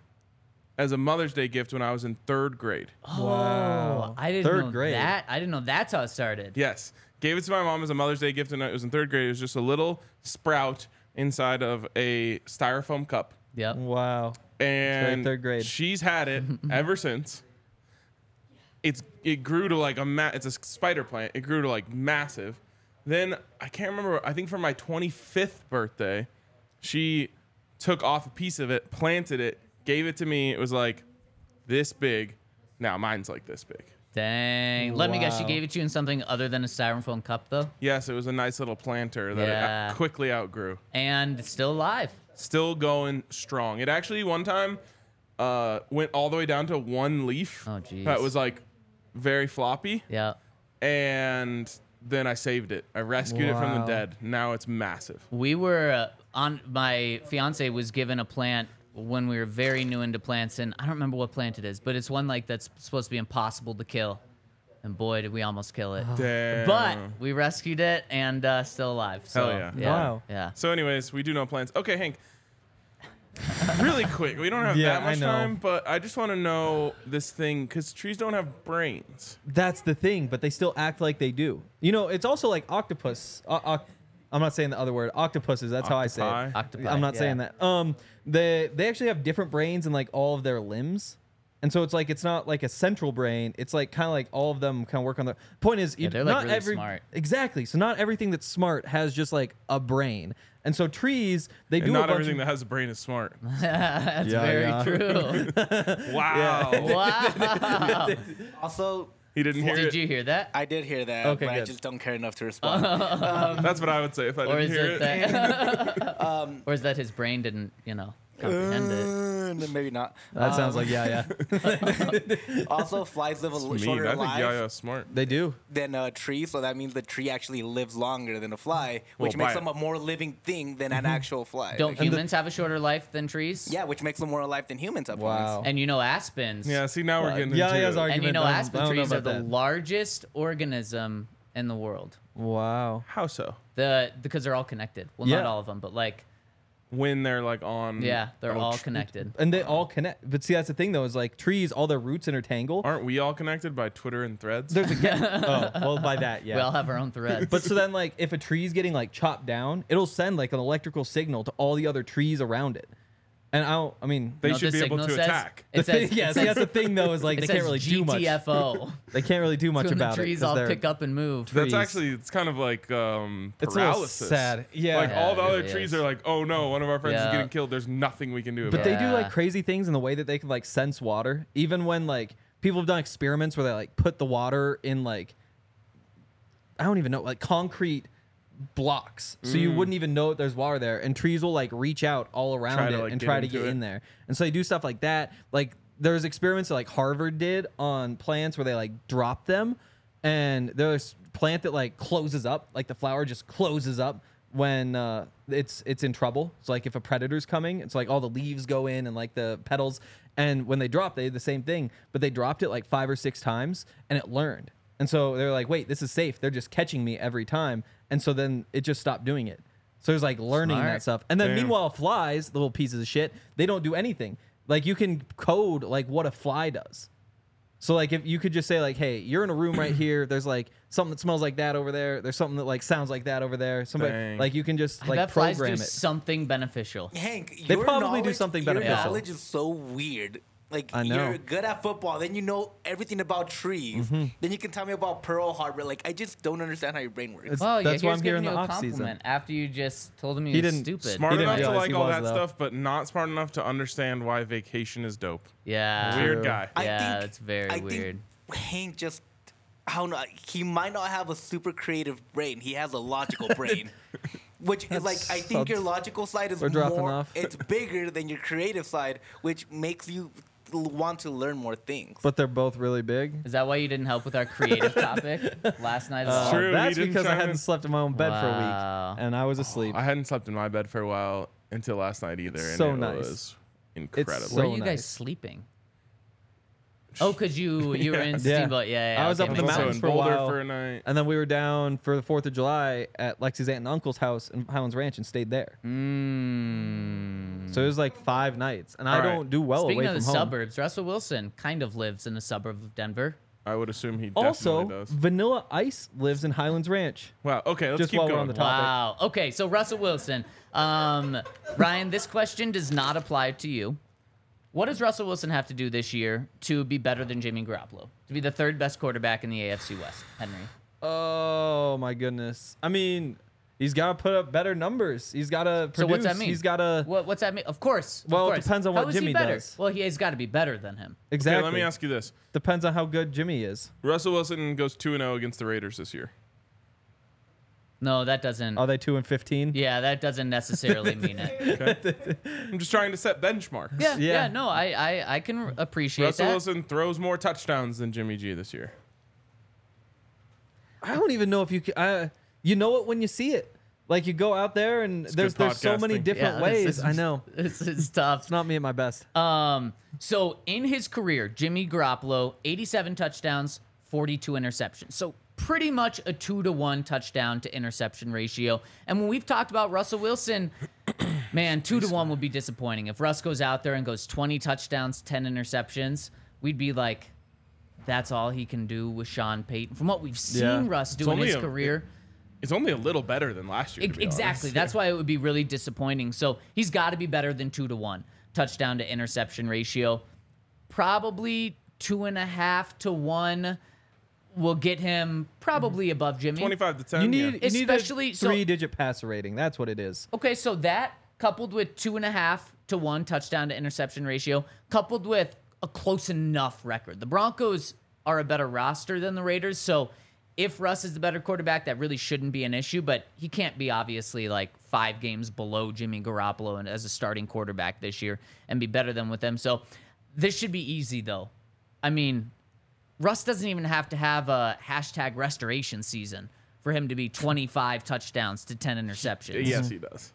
as a Mother's Day gift when I was in third grade. Oh, I didn't Third know grade. that. I didn't know that's how it started. Yes. Gave it to my mom as a Mother's Day gift when I was in third grade. It was just a little sprout inside of a styrofoam cup. Yep. Wow. and third grade. She's had *laughs* it ever since. It's it grew to like a ma- it's a spider plant. It grew to like massive. Then I can't remember. I think for my 25th birthday, she took off a piece of it, planted it, gave it to me. It was like this big. Now mine's like this big. Dang. Let me guess, she Wow. gave it to you in something other than a styrofoam cup, though, Yes, it was a nice little planter that I Yeah. out- quickly outgrew. and it's still alive. Still going strong. It actually one time uh, went all the way down to one leaf. Oh, jeez. That was like very floppy. Yeah. And then I saved it. I rescued it from the Wow. dead. Now it's massive. We were uh, on. My fiance was given a plant when we were very new into plants, and I don't remember what plant it is, but it's one like that's supposed to be impossible to kill. And boy, did we almost kill it. Oh. Damn. But we rescued it and uh, still alive. So, Hell yeah. Wow. Yeah. So, anyways, we do know plans. Okay, Hank. really quick. We don't have Yeah, that I much know. time, but I just want to know this thing because trees don't have brains. That's the thing, but they still act like they do. You know, it's also like octopus. O- oc- I'm not saying the other word. Octopuses. That's how I say it. Octopi? Octopi, I'm not yeah. saying that. Um, they they actually have different brains in like all of their limbs, and so it's like it's not like a central brain. It's like kind of like all of them kind of work on their. Point is, you, they're, not like, really every smart. exactly. So not everything that's smart has just like a brain, and so trees they And do a not bunch everything that of, has a brain is *laughs* smart. That's Yeah, very yeah. *laughs* true. Wow. wow. Also, He didn't hear Did it. you hear that? I did hear that, Okay, but I good. just don't care enough to respond. That's what I would say if I or didn't is hear it it. that? *laughs* Um, or is that his brain didn't, you know, comprehend it? Uh, no, Maybe not. that sounds Um, like yeah *laughs* yeah *laughs* Also, flies live a li- Mean. shorter I think life Yaya's smart. they do. than a tree, so that means the tree actually lives longer than a fly, which Well, makes by- them a more living thing than an actual fly. Don't Like, humans have a shorter life than trees? yeah, which makes them more alive than humans at Wow. points. And you know, aspens. Yeah, see, now we're Well, getting Yaya's into it. argument- And you know, I don't- I aspen don't know trees are about the that. largest organism in the world. Wow. How so? The because they're all connected. Well, Yeah. not all of them, but like When they're like on. yeah, they're Oh, all tr- *laughs* connected. And they all connect. But see, that's the thing though, is like trees, all their roots intertangle. Aren't we all connected by Twitter and threads? There's a ga- *laughs* oh well by that yeah. We all *laughs* have our own threads. but so then like if a tree's getting like chopped down, it'll send like an electrical signal to all the other trees around it. And I don't. I mean, they You know what should this be able to signal says? attack. the It thing, says, yeah. it See, says, that's the thing though, is like it they says can't really do *laughs* much. GTFO. They can't really do much *laughs* when the about it. trees 'cause all they're- pick up and move. That's trees. actually it's kind of like um, It's a little paralysis. sad. Yeah. like Yeah, all it the other really trees is. are like, oh no, one of our friends is Yeah. getting killed. There's nothing we can do about But it. they do Yeah. like crazy things in the way that they can like sense water. Even when like people have done experiments where they like put the water in like I don't even know like concrete blocks, so you wouldn't even know that there's water there. And trees will like reach out all Mm. around Try it to, like, and get try to into get it. in there. And so they do stuff like that. Like there's experiments that like Harvard did on plants where they like drop them, and there's plant that like closes up, like the flower just closes up when uh, it's it's in trouble. It's like if a predator's coming, it's like all the leaves go in and like the petals. And when they drop, they did the same thing, but they dropped it like five or six times, and it learned. And so they're like, wait, this is safe. They're just catching me every time. And so then it just stopped doing it. So there's like learning Smart. that stuff. And then Damn. meanwhile, flies, the little pieces of shit, they don't do anything. Like you can code like what a fly does. So like if you could just say like, hey, you're in a room *clears throat* right here. There's like something that smells like that over there. There's something that like sounds like that over there. Somebody Dang. like you can just I like bet flies program do it. something beneficial. Hank, They your probably do knowledge- something your beneficial. knowledge is so weird. Like I know. Mm-hmm. you're good at football, then you know everything about trees. Then you can tell me about Pearl Harbor. Like I just don't understand how your brain works. It's- Well, yeah, That's here's why I'm here giving in you the a off season. compliment after you just told him he, was didn't- stupid. smart He didn't enough to realize like he all was, that though. stuff, but not smart enough to understand why vacation is dope. yeah. Weird guy. I Yeah, think- that's very I weird. Think Hank just, I don't know. He might not have a super creative brain. He has *laughs* a logical brain, which is like I think your logical side is We're dropping more. off. It's bigger than your creative side, which makes you l- want to learn more things. but they're both really big. Is that why you didn't help with *laughs* our creative topic last night? at all? true. he That's didn't because I chime in. hadn't slept in my own bed Wow. for a week and I was asleep. I hadn't slept in my bed for a while until last night either, and so it nice. was incredible. Where so- are you nice. *laughs* guys sleeping? Oh, cause you you were in Yeah. Steamboat. Yeah, yeah. I was okay, up in I the was makes also mountains in for a Boulder while. for a night. and then we were down for the Fourth of July at Lexi's aunt and uncle's house in Highlands Ranch and stayed there. sense. Mm. So it was like five nights, and I All right. don't do well Speaking Oh, away of the from home. suburbs, Russell Wilson kind of lives in a suburb of Denver. I would assume he definitely Also, does. Vanilla Ice lives in Highlands Ranch. Wow. Okay, let's just keep while going. we're on the topic. Wow. Okay, so Russell Wilson. Um, Ryan, this question does not apply to you. What does Russell Wilson have to do this year to be better than Jimmy Garoppolo? To be the third best quarterback in the AFC West, Henry. Oh my goodness! I mean, he's got to put up better numbers. He's got to. So what's that mean? He's got to What, what's that mean? Of course. of Well, it course. depends on How what is he Jimmy better? does. Well, he has got to be better than him. exactly. Okay, let me ask you this: Depends on how good Jimmy is. oh Russell Wilson goes two and zero against the Raiders this year. No, that doesn't. Are they two and fifteen? yeah, that doesn't necessarily mean it. I'm just trying to set benchmarks. *laughs* Yeah, yeah. Yeah. no, I, I, I can appreciate Russell that. Wilson throws more touchdowns than Jimmy G this year. I don't even know if you can. I, you know it when you see it. Like you go out there and there's good there's so many podcasting. different Yeah, ways. this is- I know *laughs* This is tough. it's not me at my best. Um, so in his career, Jimmy Garoppolo, 87 touchdowns, 42 interceptions. So pretty much a two to one touchdown to interception ratio. And when we've talked about Russell Wilson, *coughs* man, two to one would be disappointing. If Russ goes out there and goes 20 touchdowns, 10 interceptions, we'd be like, that's all he can do with Sean Payton. From what we've seen Yeah. Russ do in only his a- career. It's only a little better than last year. to Ex- be honest. Exactly. That's why it would be really disappointing. So he's got to be better than two to one touchdown to interception ratio. Probably two and a half to one will get him probably above Jimmy. 25 to 10. You yeah. need you need a Um, Especially- so- three digit passer rating. That's what it is. Okay, so that coupled with two and a half to one touchdown to interception ratio, coupled with a close enough record. The Broncos are a better roster than the Raiders, so if Russ is the better quarterback, that really shouldn't be an issue, but he can't be obviously like five games below Jimmy Garoppolo and as a starting quarterback this year and be better than with them. So this should be easy though. I mean, Russ doesn't even have to have a hashtag restoration season for him to be 25 touchdowns to 10 interceptions. Yes, he does.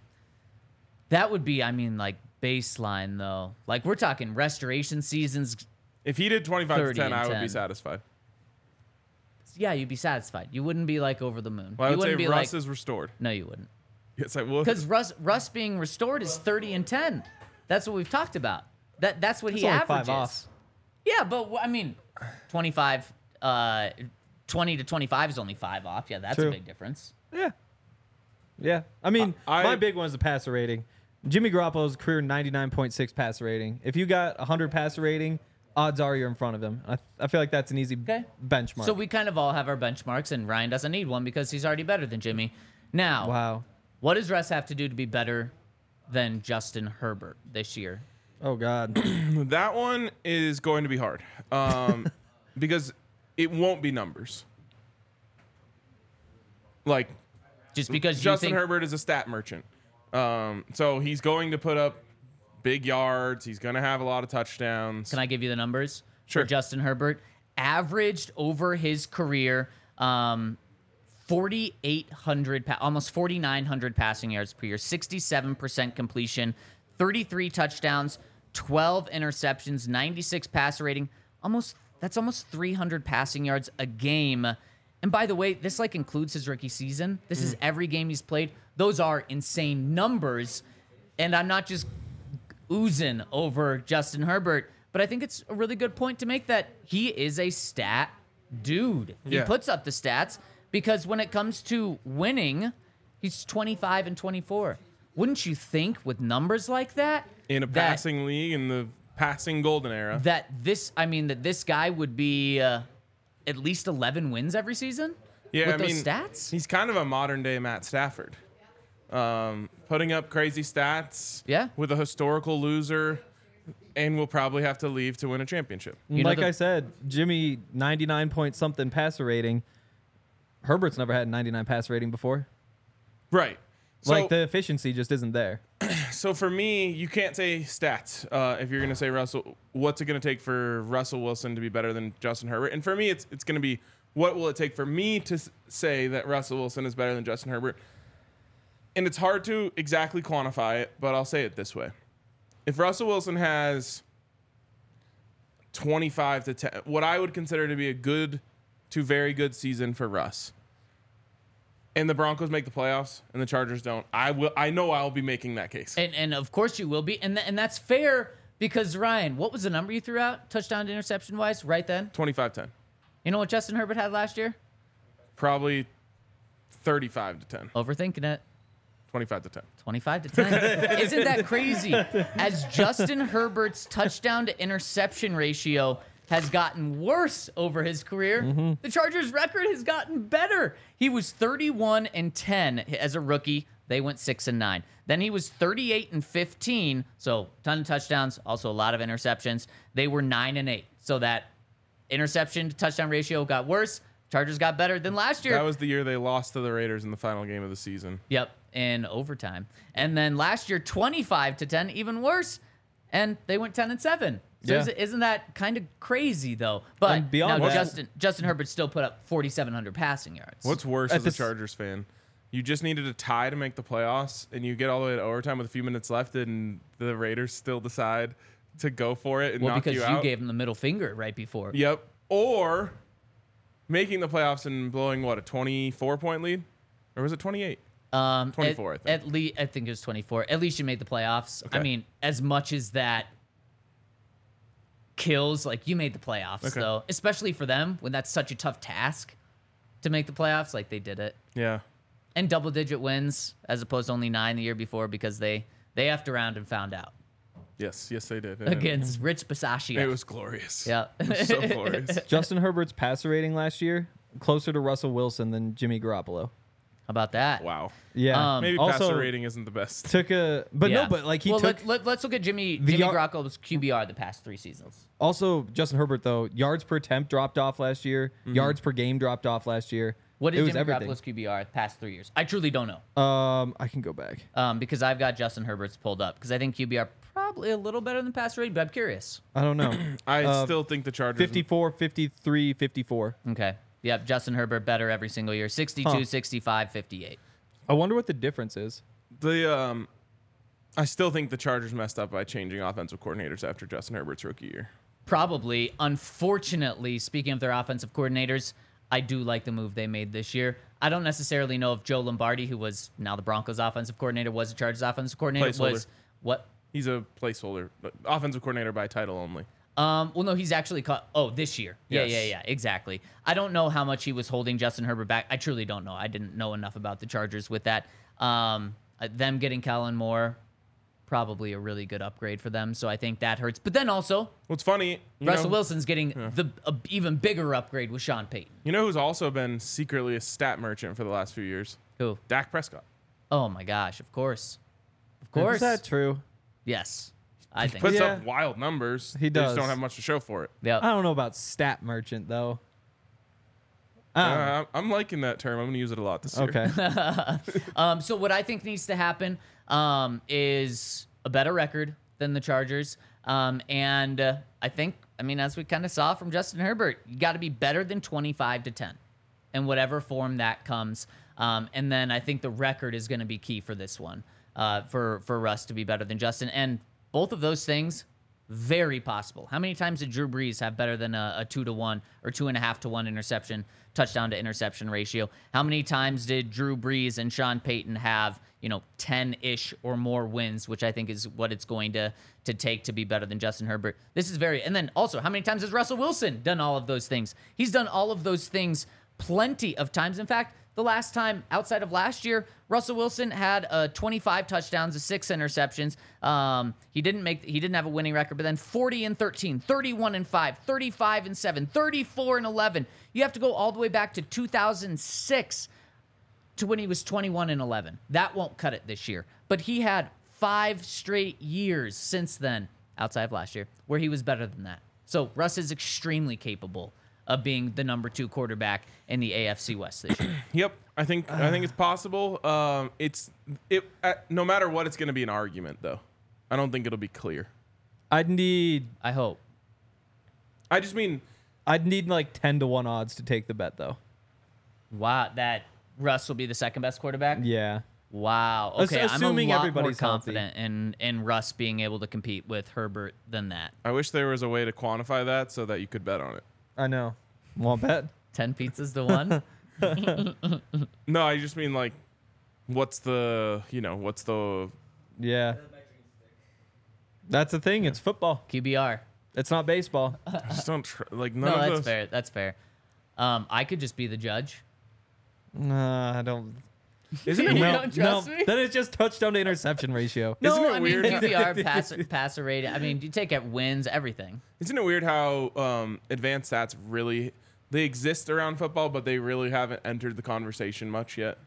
That would be, I mean, like baseline though. Like we're talking restoration seasons. If he did 25 to 30 10, and I would 10. be satisfied. Yeah, you'd be satisfied. You wouldn't be like over the moon. Well, I you would say wouldn't Russ be like, is restored. *laughs* no, you wouldn't, Yes, I would. because Russ, Russ being restored is thirty and ten. That's what we've talked about. That that's what It's he only averages. five off. Yeah, but wh- I mean, 25, uh, 20 to 25 is only five off. Yeah, that's a True. big difference. Yeah, yeah. I mean, I- my big one is the passer rating. Jimmy Garoppolo's career ninety nine point six passer rating. If you got hundred passer rating, odds are you're in front of him. I, I feel like that's an easy Okay. benchmark. So we kind of all have our benchmarks, and Ryan doesn't need one because he's already better than Jimmy. Now, wow. what does Russ have to do to be better than Justin Herbert this year? Oh *clears throat* God. *laughs* That one is going to be hard *laughs* um, because it won't be numbers. Like Just because Justin you think Herbert is a stat merchant, um, so he's going to put up big yards. He's going to have a lot of touchdowns. Can I give you the numbers? Sure. For Justin Herbert averaged over his career um, 4,800, pa- almost 4,900 passing yards per year, 67% completion, 33 touchdowns, 12 interceptions, 96 passer rating. Almost that's almost 300 passing yards a game. And by the way, this like includes his rookie season. This Mm. is every game he's played. Those are insane numbers, and I'm not just oozing over Justin Herbert. But I think it's a really good point to make that he is a stat dude. Yeah. He puts up the stats because when it comes to winning, he's 25 and 24. Wouldn't you think with numbers like that? in a that- passing league in the passing golden era? That this, I mean, that this guy would be uh, at least 11 wins every season? yeah, with I those mean, stats? he's kind of a modern day Matt Stafford, um, putting up crazy stats. Yeah. with a historical loser, and will probably have to leave to win a championship. You know like the- I said, Jimmy ninety nine point something passer rating. Herbert's never had ninety nine passer rating before. Right. So, like the efficiency just isn't there. so for me, you can't say stats uh, if you're going to say Russell. What's it going to take for Russell Wilson to be better than Justin Herbert? And for me, it's it's going to be what will it take for me to s- say that Russell Wilson is better than Justin Herbert? And it's hard to exactly quantify it, but I'll say it this way: if Russell Wilson has 25 to 10, what I would consider to be a good to very good season for Russ. And the Broncos make the playoffs and the Chargers don't. I will I know I'll be making that case. And and of course you will be. And th- and that's fair because Ryan, what was the number you threw out touchdown to interception wise right then? 25 10. You know what Justin Herbert had last year? Probably 35 to 10. Overthinking it. 25 to 10. 25 to 10. Isn't that crazy? As Justin Herbert's touchdown to interception ratio has gotten worse over his career, the Chargers' record has gotten better. He was 31 and 10 as a rookie. They went 6 and 9. Then he was 38 and 15, so ton of touchdowns, also a lot of interceptions. They were 9 and 8. So that interception to touchdown ratio got worse. Chargers got better than last year. That was the year they lost to the Raiders in the final game of the season. Yep, in overtime. And then last year, 25 to 10, even worse. And they went 10 and 7. So Yeah. is- isn't that kind of crazy, though? But And beyond now that- Justin, Justin Herbert still put up 4,700 passing yards. What's worse At as a this- Chargers fan? You just needed a tie to make the playoffs, and you get all the way to overtime with a few minutes left, and the Raiders still decide to go for it and well, knock because you you, out. gave him the middle finger right before. yep. Or making the playoffs and blowing what a twenty-four point lead, or was it twenty-eight? Um, 24, at, I think. At least I think it was 24. At least you made the playoffs. I Okay. mean, as much as that kills, like you made the playoffs Okay. though, especially for them when that's such a tough task to make the playoffs. Like they did it Yeah. and double digit wins as opposed to only nine the year before because they they effed around and found out Yes. Yes, they did. And against Rich Bisaccia. It *laughs* was glorious. yeah. *laughs* It was *laughs* so glorious. Justin Herbert's passer rating last year closer to Russell Wilson than Jimmy Garoppolo. How about that? Wow. Yeah, Um, Maybe also- passer rating isn't the best. took a but Yeah. no, but like he well, took let, let, let's look at Jimmy The Jimmy yar- Garoppolo's QBR the past three seasons. also Justin Herbert though yards per attempt dropped off last year, yards per game dropped off last year. Mm-hmm. What it is was Jimmy everything. Garoppolo's QBR the past three years? I truly don't know. Um, I can go back. um, because I've got Justin Herbert's pulled up because I think QBR probably a little better than pass rate, but I'm curious. I don't *coughs* know. *laughs* I Uh, still think the Chargers. 54, 53, 54. Okay. Yep. Justin Herbert better every single year 62, Huh. 65, 58. I wonder what the difference is. The um, I still think the Chargers messed up by changing offensive coordinators after Justin Herbert's rookie year. Probably, unfortunately, speaking of their offensive coordinators, I do like the move they made this year. I don't necessarily know if Joe Lombardi, who was now the Broncos offensive coordinator, was the Chargers offensive coordinator, Placeholder. was what? He's a placeholder, but offensive coordinator by title only. Um, well, no, he's actually caught. Oh, this year. Yeah, Yes. yeah, yeah. Exactly. I don't know how much he was holding Justin Herbert back. I truly don't know. I didn't know enough about the Chargers with that. Um, uh, them getting Colin Moore, probably a really good upgrade for them. So I think that hurts. But then also, What's funny, you Russell know, Wilson's getting the a, even bigger upgrade with Sean Payton. You know who's also been secretly a stat merchant for the last few years? Who? Dak Prescott. Oh my gosh! Of course, of course. Is that true? yes, I think. Puts so. Yeah. up wild numbers. He They just does. don't have much to show for it. Yep. I don't know about stat merchant though. Ah, Uh, I'm liking that term. I'm going to use it a lot this year. *laughs* okay. Um, so what I think needs to happen um, is a better record than the Chargers, um, and uh, I think, I mean, as we kind of saw from Justin Herbert, you got to be better than twenty-five to ten, in whatever form that comes. Um, and then I think the record is going to be key for this one, uh, for for Russ to be better than Justin, and both of those things very possible. How many times did Drew Brees have better than a, a two to one or two and a half to one interception touchdown to interception ratio? How many times did Drew Brees and Sean Payton have you know ten ish or more wins, which I think is what it's going to to take to be better than Justin Herbert? This is very and then also how many times has Russell Wilson done all of those things? He's done all of those things plenty of times. In fact, the last time outside of last year, Russell Wilson had uh, 25 touchdowns, uh, six interceptions. Um, he didn't make he didn't have a winning record, but then 40 and 13, 31 and 5, 35 and 7, 34 and 11. You have to go all the way back to 2006 to when he was 21 and 11. That won't cut it this year. But he had five straight years since then, outside of last year, where he was better than that. So Russ is extremely capable of being the number two quarterback in the AFC West this year. Yep, I think I *sighs* think it's possible. Um, it's it uh, no matter what, it's going to be an argument though. I don't think it'll be clear. I'd need I hope. I just mean I'd need like ten to one odds to take the bet though. Wow, that Russ will be the second best quarterback. Yeah. Wow. Ass- Okay, assuming I'm a lot more everybody's healthy. confident in in Russ being able to compete with Herbert than that. I wish there was a way to quantify that so that you could bet on it. I know. Want bet? Ten pizzas *laughs* to one. No, I just mean like, what's the you know what's the Yeah. That's the thing. It's football. QBR. It's not baseball. just don't tr- like none No, of that's those. fair. That's fair. Um, I could just be the judge. Nah, Uh, I don't. Isn't it You weird? No. don't trust me? Then it's just touchdown to interception ratio. No, Isn't it I *laughs* weird? mean *laughs* QBR passer passer rate. I mean, you take out wins, everything. Isn't it weird how um, advanced stats really they exist around football, but they really haven't entered the conversation much yet.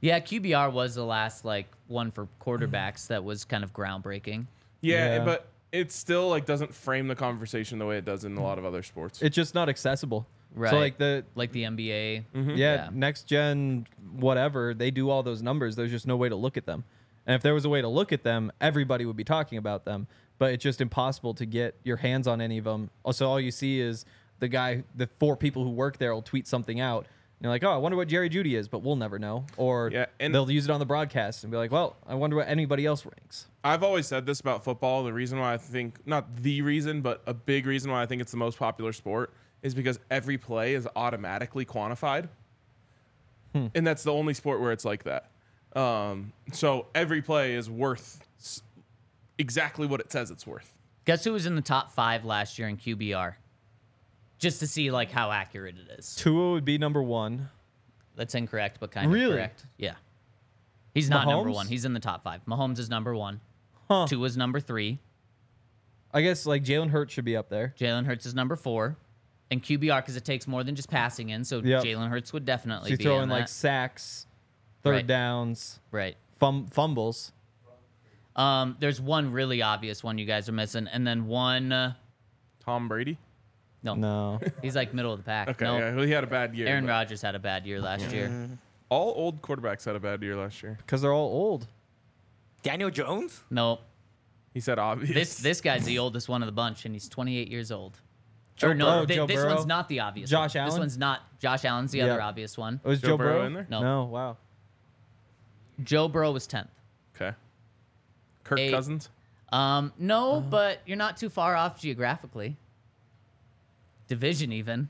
Yeah, QBR was the last like one for quarterbacks that was kind of groundbreaking. Yeah, Yeah. but it still like doesn't frame the conversation the way it does in a lot of other sports. It's just not accessible. Right. So like the Mm-hmm. like the NBA. yeah, Yeah. next gen whatever they do all those numbers there's just no way to look at them and if there was a way to look at them everybody would be talking about them but it's just impossible to get your hands on any of them Uh, so all you see is the guy the four people who work there will tweet something out and you're like oh i wonder what jerry judy is but we'll never know or Yeah, and- they'll use it on the broadcast and be like well i wonder what anybody else ranks I've always said this about football. The reason why I think, not the reason, but a big reason why I think it's the most popular sport is because every play is automatically quantified. Hmm. And that's the only sport where it's like that. Um, so every play is worth s- exactly what it says it's worth. Guess who was in the top five last year in QBR? Just to see like how accurate it is. Tua would be number one That's incorrect, but kind Really? of correct. Yeah. He's not number Mahomes? one. He's in the top five. Mahomes is number one. Huh. Two is number three. i guess like jalen hurts should be up there Jalen Hurts is number four. And QBR, because it takes more than just passing in. So Yep. Jalen Hurts would definitely so you be throw in in like that. sacks third Right. downs right. fum- fumbles Um, there's one really obvious one you guys are missing, and then one. Uh, Tom Brady? *laughs* no, no he's like middle of the pack. Okay, no, yeah, well, he had a bad year. Aaron but Rodgers had a bad year last year. All old quarterbacks had a bad year last year. Because they're all old. Daniel Jones? No, He said obvious. This this guy's the oldest one of the bunch, and he's 28 years old. Joe or no, Burrow, thi- Joe this Burrow. one's not the obvious. Josh one. This Allen? one's not. Josh Allen's the Yeah. other obvious one. It was Oh, Joe, Burrow, in there? No. wow. Joe Burrow was 10th. okay. Kirk Eight. Cousins? Um, no, Oh. but you're not too far off geographically. Division even.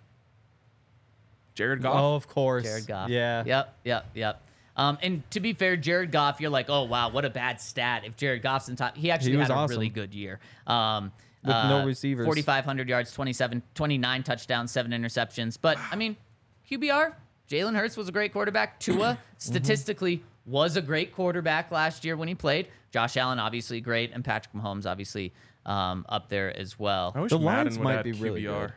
Jared Goff? Oh, of course. Jared Goff. Yeah. Yep. Yep. Yep. Um, and to be fair, Jared Goff, you're like, oh wow, what a bad stat. If Jared Goff's in top, he actually was had a awesome. really good year. Um, With no receivers. 4,500 yards, 27, 29 touchdowns, seven interceptions. But I mean, QBR, Jalen Hurts was a great quarterback. Mm-hmm. Tua statistically was a great quarterback last year when he played. Josh Allen obviously great, and Patrick Mahomes obviously um, up there as well. I wish The Madden Lions would might add be really QBR. good.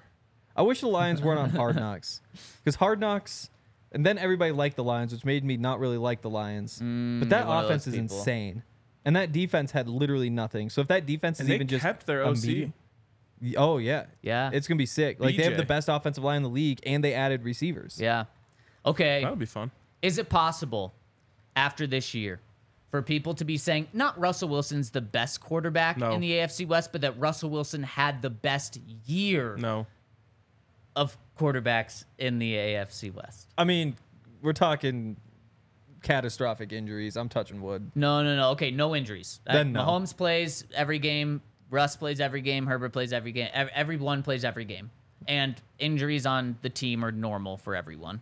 I wish the Lions weren't on *laughs* Hard Knocks. Because Hard Knocks, and then everybody liked the Lions, which made me not really like the Lions. but that Mm, one of those offense is people. insane. And that defense had literally nothing. So if that defense And is they even just kept their a OC. medium- Y- oh yeah, Yeah. it's gonna be sick. Like they have the BJ. best offensive line in the league, and they added receivers. Yeah. Oh. Okay. That would be fun. Is it possible after this year for people to be saying not Russell Wilson's the best quarterback No. in the AFC West, but that Russell Wilson had the best year No. of quarterbacks in the AFC West? I mean, we're talking catastrophic injuries. I'm touching wood. No, no, no. Okay, no injuries. Uh, Then no. Mahomes plays every game. Russ plays every game. Herbert plays every game. ev- Everyone plays every game. And injuries on the team are normal for everyone.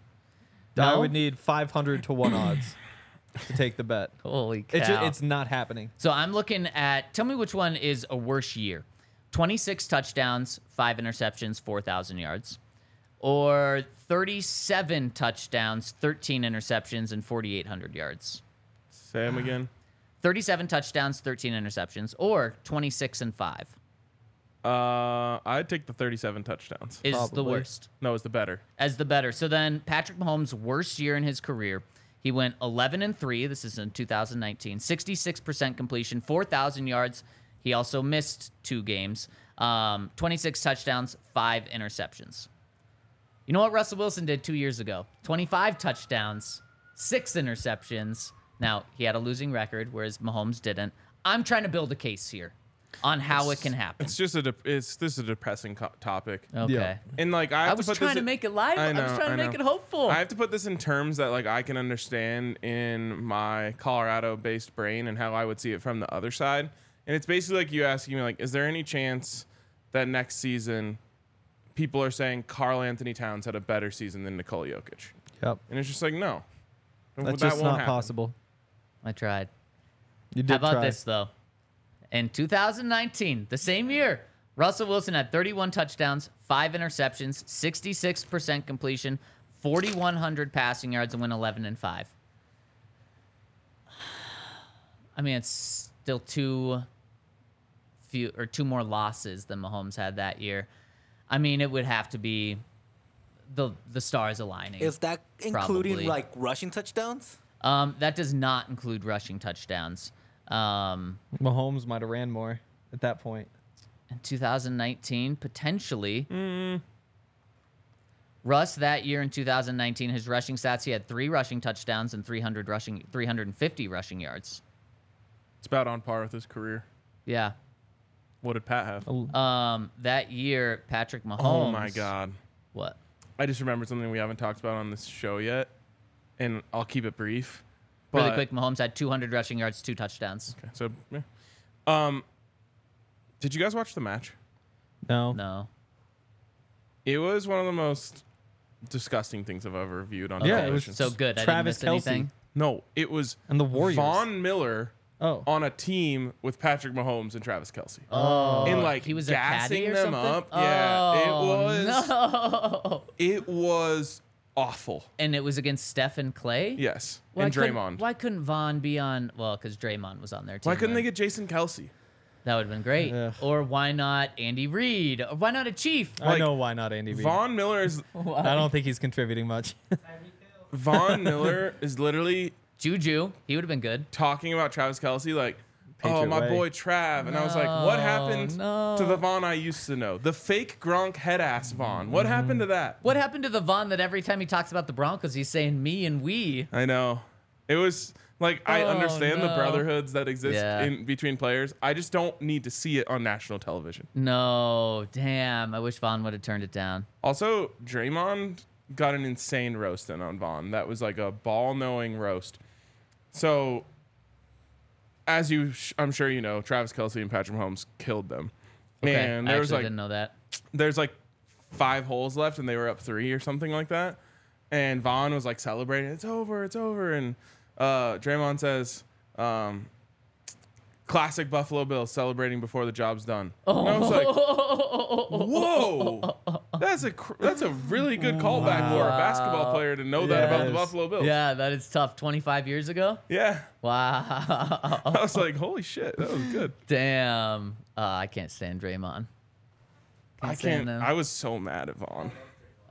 I No? would need 500 to 1 odds to take the bet. Holy cow! It's, ju- it's not happening. So I'm looking at. Tell me which one is a worse year: 26 touchdowns, five interceptions, 4,000 yards, or 37 touchdowns, 13 interceptions, and 4,800 yards. Say *sighs* him again. 37 touchdowns, 13 interceptions, or 26 and five Uh, I'd take the 37 touchdowns. is the Probably. worst no, it's the better. as the better. So then Patrick Mahomes' worst year in his career. He went 11 and 3. This is in 2019. 66% completion, 4,000 yards. He also missed two games, um, 26 touchdowns, five interceptions. You know what Russell Wilson did two years ago? 25 touchdowns, six interceptions. Now, he had a losing record, whereas Mahomes didn't. I'm trying to build a case here on how it can happen. It's just a. De- it's this is a depressing co- topic. Okay. Yeah. And like I, have I to was put trying this to in- make it live. I was trying to make it hopeful. I have to put this in terms that like I can understand in my Colorado-based brain and how I would see it from the other side. And it's basically like you asking me like, is there any chance that next season people are saying Carl Anthony Towns had a better season than Nikola Jokic? Yep. And it's just like no, That's that just won't not happen. possible. I tried. You did How about try. this though? In 2019, the same year, Russell Wilson had 31 touchdowns, five interceptions, 66% completion, 4,100 passing yards, and went 11 and five. I mean, it's still two few or two more losses than Mahomes had that year. I mean, it would have to be the the stars aligning. Is that including Probably. like rushing touchdowns? Um, that does not include rushing touchdowns. Um, Mahomes might have ran more at that point. Mm. in 2019 potentially Russ that year in 2019, his rushing stats, he had three rushing touchdowns and 300 rushing, 350 rushing yards. It's about on par with his career. Yeah. What did Pat have? Um, that year, Patrick Mahomes. Oh my god. What? I just remembered something we haven't talked about on this show yet, and I'll keep it brief. But, Really quick, Mahomes had 200 rushing yards, two touchdowns. Okay, so, yeah. um, did you guys watch the match? No. No. It was one of the most disgusting things I've ever viewed on Yeah, it was television. So good. Travis I didn't miss Kelce. anything. no, it was And the Warriors. Von Miller Oh. on a team with Patrick Mahomes and Travis Kelsey. Oh, and like He was a caddy gassing or them something? up. yeah, it Oh, was. No. *laughs* It was awful. And it was against Steph and Clay? Yes, Why and couldn't- Draymond. Why, Why couldn't Vaughn be on? Well, because Draymond was on there too. couldn't they get Jason Kelsey? That would have been great. Ugh. Or why not Andy Reid? Or why not a Chief? I Like, know why not Andy Reid. Von Miller *laughs* is I don't think he's contributing *laughs* much. Von Miller is literally Juju. He would have been good. talking about Travis Kelsey like, oh Patriot my way." boy Trav, and I was like, what No, happened no. to the Von I used to know, the fake Gronk head ass Von? What happened to that? What happened to the Vaughn that every time he talks about the Broncos, he's saying me and we? I know. It was like I Oh, understand the no. brotherhoods that exist Yeah. in between players. I just don't need to see it on national television. No, damn. I wish Vaughn would have turned it down. Also, Draymond got an insane roast in on Vaughn. That was like a ball knowing roast. So, as you, sh- I'm sure you know, Travis Kelsey and Patrick Mahomes killed them. Okay, and I there actually was like didn't know *laughs* that. there's like five holes left and they were up three or something like that. And Vaughn was like celebrating, it's over, it's over. And uh, Draymond says, um, classic Buffalo Bills celebrating before the job's done. And I was Oh. like, whoa, that's a, cr- that's a really good callback for a basketball player to know that about the Yes. Buffalo Bills. Yeah, that is tough. 25 years ago? Yeah. Wow. *laughs* I was like, holy shit, that was good. damn. Uh, I can't stand Draymond. I stand can't, him. I was so mad at Vaughn.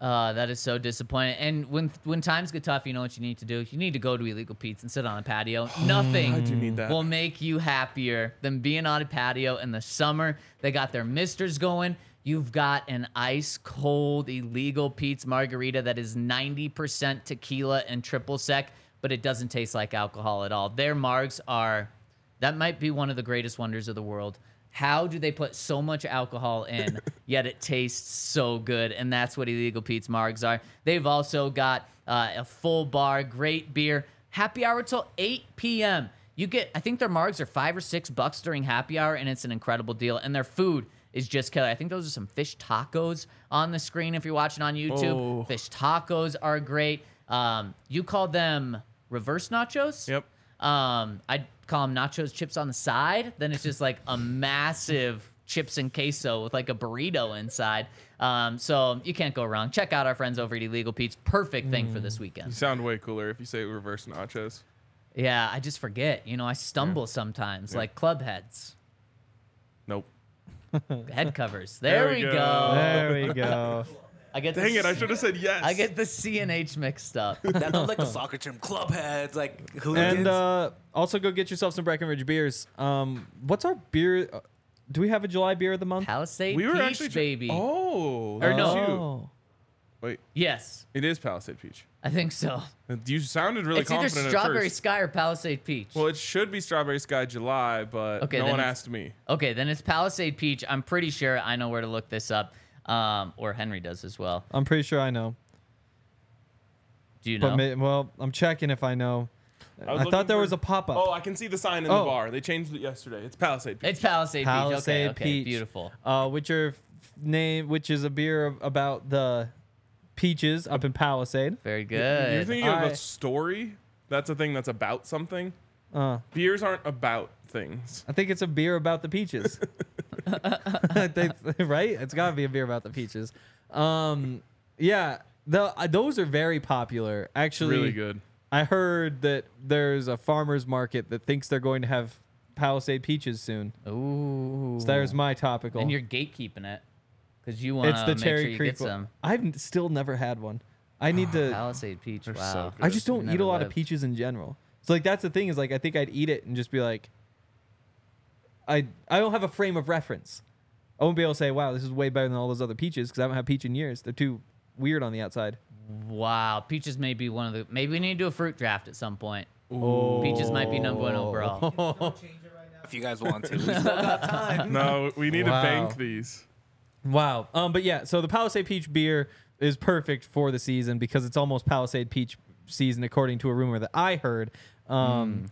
Uh, that is so disappointing. And when when times get tough, you know what you need to do. You need to go to Illegal Pete's and sit on a patio. *sighs* Nothing I do need that. will make you happier than being on a patio in the summer. They got their misters going. You've got an ice cold Illegal Pete's margarita that is 90% tequila and triple sec, but it doesn't taste like alcohol at all. Their margs are that might be one of the greatest wonders of the world. How do they put so much alcohol *laughs* in, yet it tastes so good? And that's what Illegal Pete's margs are. They've also got uh, a full bar, great beer. Happy hour till 8 p.m. You get, I think their margs are five or six bucks during happy hour, and it's an incredible deal. And their food is just killer. I think those are some fish tacos on the screen if you're watching on YouTube. Oh. Fish tacos are great. Um, you call them reverse nachos? Yep. Um, I call them nachos chips on the side. Then it's just like a massive chips and queso with like a burrito inside. Um, so you can't go wrong. Check out our friends over at Illegal Pete's. Perfect thing for this You weekend. sound way cooler if you say reverse nachos. Yeah, I just forget. You know, I stumble sometimes, like club heads, Nope. head covers. There, we we go. go. there we go. I get the Dang it, I C- should have said yes. I get the C and H *laughs* mixed up. That sounds *laughs* like a soccer term. Club heads, like *laughs* hooligans. And uh, also go get yourself some Breckenridge beers. Um, what's our beer? uh, Do we have a July beer of the month? Palisade we were Peach, actually baby. Oh, Or no. shoot. Oh. Wait, Yes, it is Palisade Peach. I think so. You sounded really it's either confident at Strawberry first. Sky or Palisade Peach. well, it should be Strawberry Sky July, but Okay, no then one it's- asked me. Okay, then it's Palisade Peach. I'm pretty sure I know where to look this up, um, or Henry does as well. I'm pretty sure I know. Do you know? But may, well, I'm checking if I know. I, was looking thought there for- was a pop up. Oh, I can see the sign in the Oh. bar. They changed it yesterday. It's Palisade Peach. it's Palisade, Palisade Peach. Okay, okay, Peach. beautiful. Uh, which are f- name, which is a beer ab- about the peaches up in Palisade. Very You're good. thinking of I- a story? That's a thing that's about something. Uh, Beers aren't about things. I think it's a beer about the peaches. *laughs* I think- *laughs* right? It's got to be a beer about the peaches. Um, yeah, the, uh, those are very popular. Actually, Really good. I heard that there's a farmer's market that thinks they're going to have Palisade peaches soon. Ooh. So there's my topical. and you're gatekeeping it because you want it's to the make Cherry sure you Creek get one. some. Oh, I've n- still never had one. I need to. Palisade Peach. They're so Wow. good. I just don't eat Never a lot of lived. peaches in general. So like that's the thing is like I think I'd eat it and just be like, I I don't have a frame of reference. I won't be able to say, wow, this is way better than all those other peaches because I haven't had peach in years. They're too weird on the outside. Wow, peaches may be one of the. Maybe we need to do a fruit draft at some point. Ooh. Peaches might be number one overall. if you *laughs* guys want to. We still got time. No, we need Wow. to bank these. Wow. Um, but yeah, so the Palisade Peach beer is perfect for the season because it's almost Palisade Peach season, according to a rumor that I heard. Um,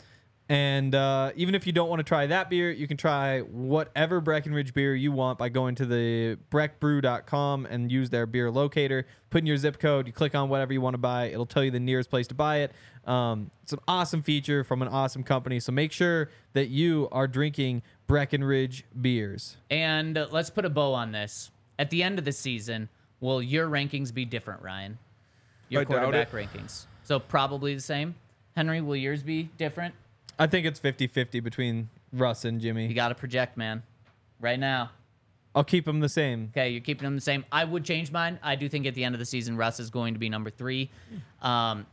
And uh, even if you don't want to try that beer, you can try whatever Breckenridge beer you want by going to the breckbrew.com and use their beer locator. Put in your zip code, you click on whatever you want to buy, it'll tell you the nearest place to buy it. Um, it's an awesome feature from an awesome company. So make sure that you are drinking Breckenridge beers. And uh, let's put a bow on this. At the end of the season, will your rankings be different, Ryan? Your I doubt quarterback it. rankings. So probably the same. Henry, will yours be different? I think it's 50-50 between Russ and You Jimmy. got to project, man. Right now. I'll keep them the same. Okay, you're keeping them the same. I would change mine. I do think at the end of the season, Russ is going to be number three. Um,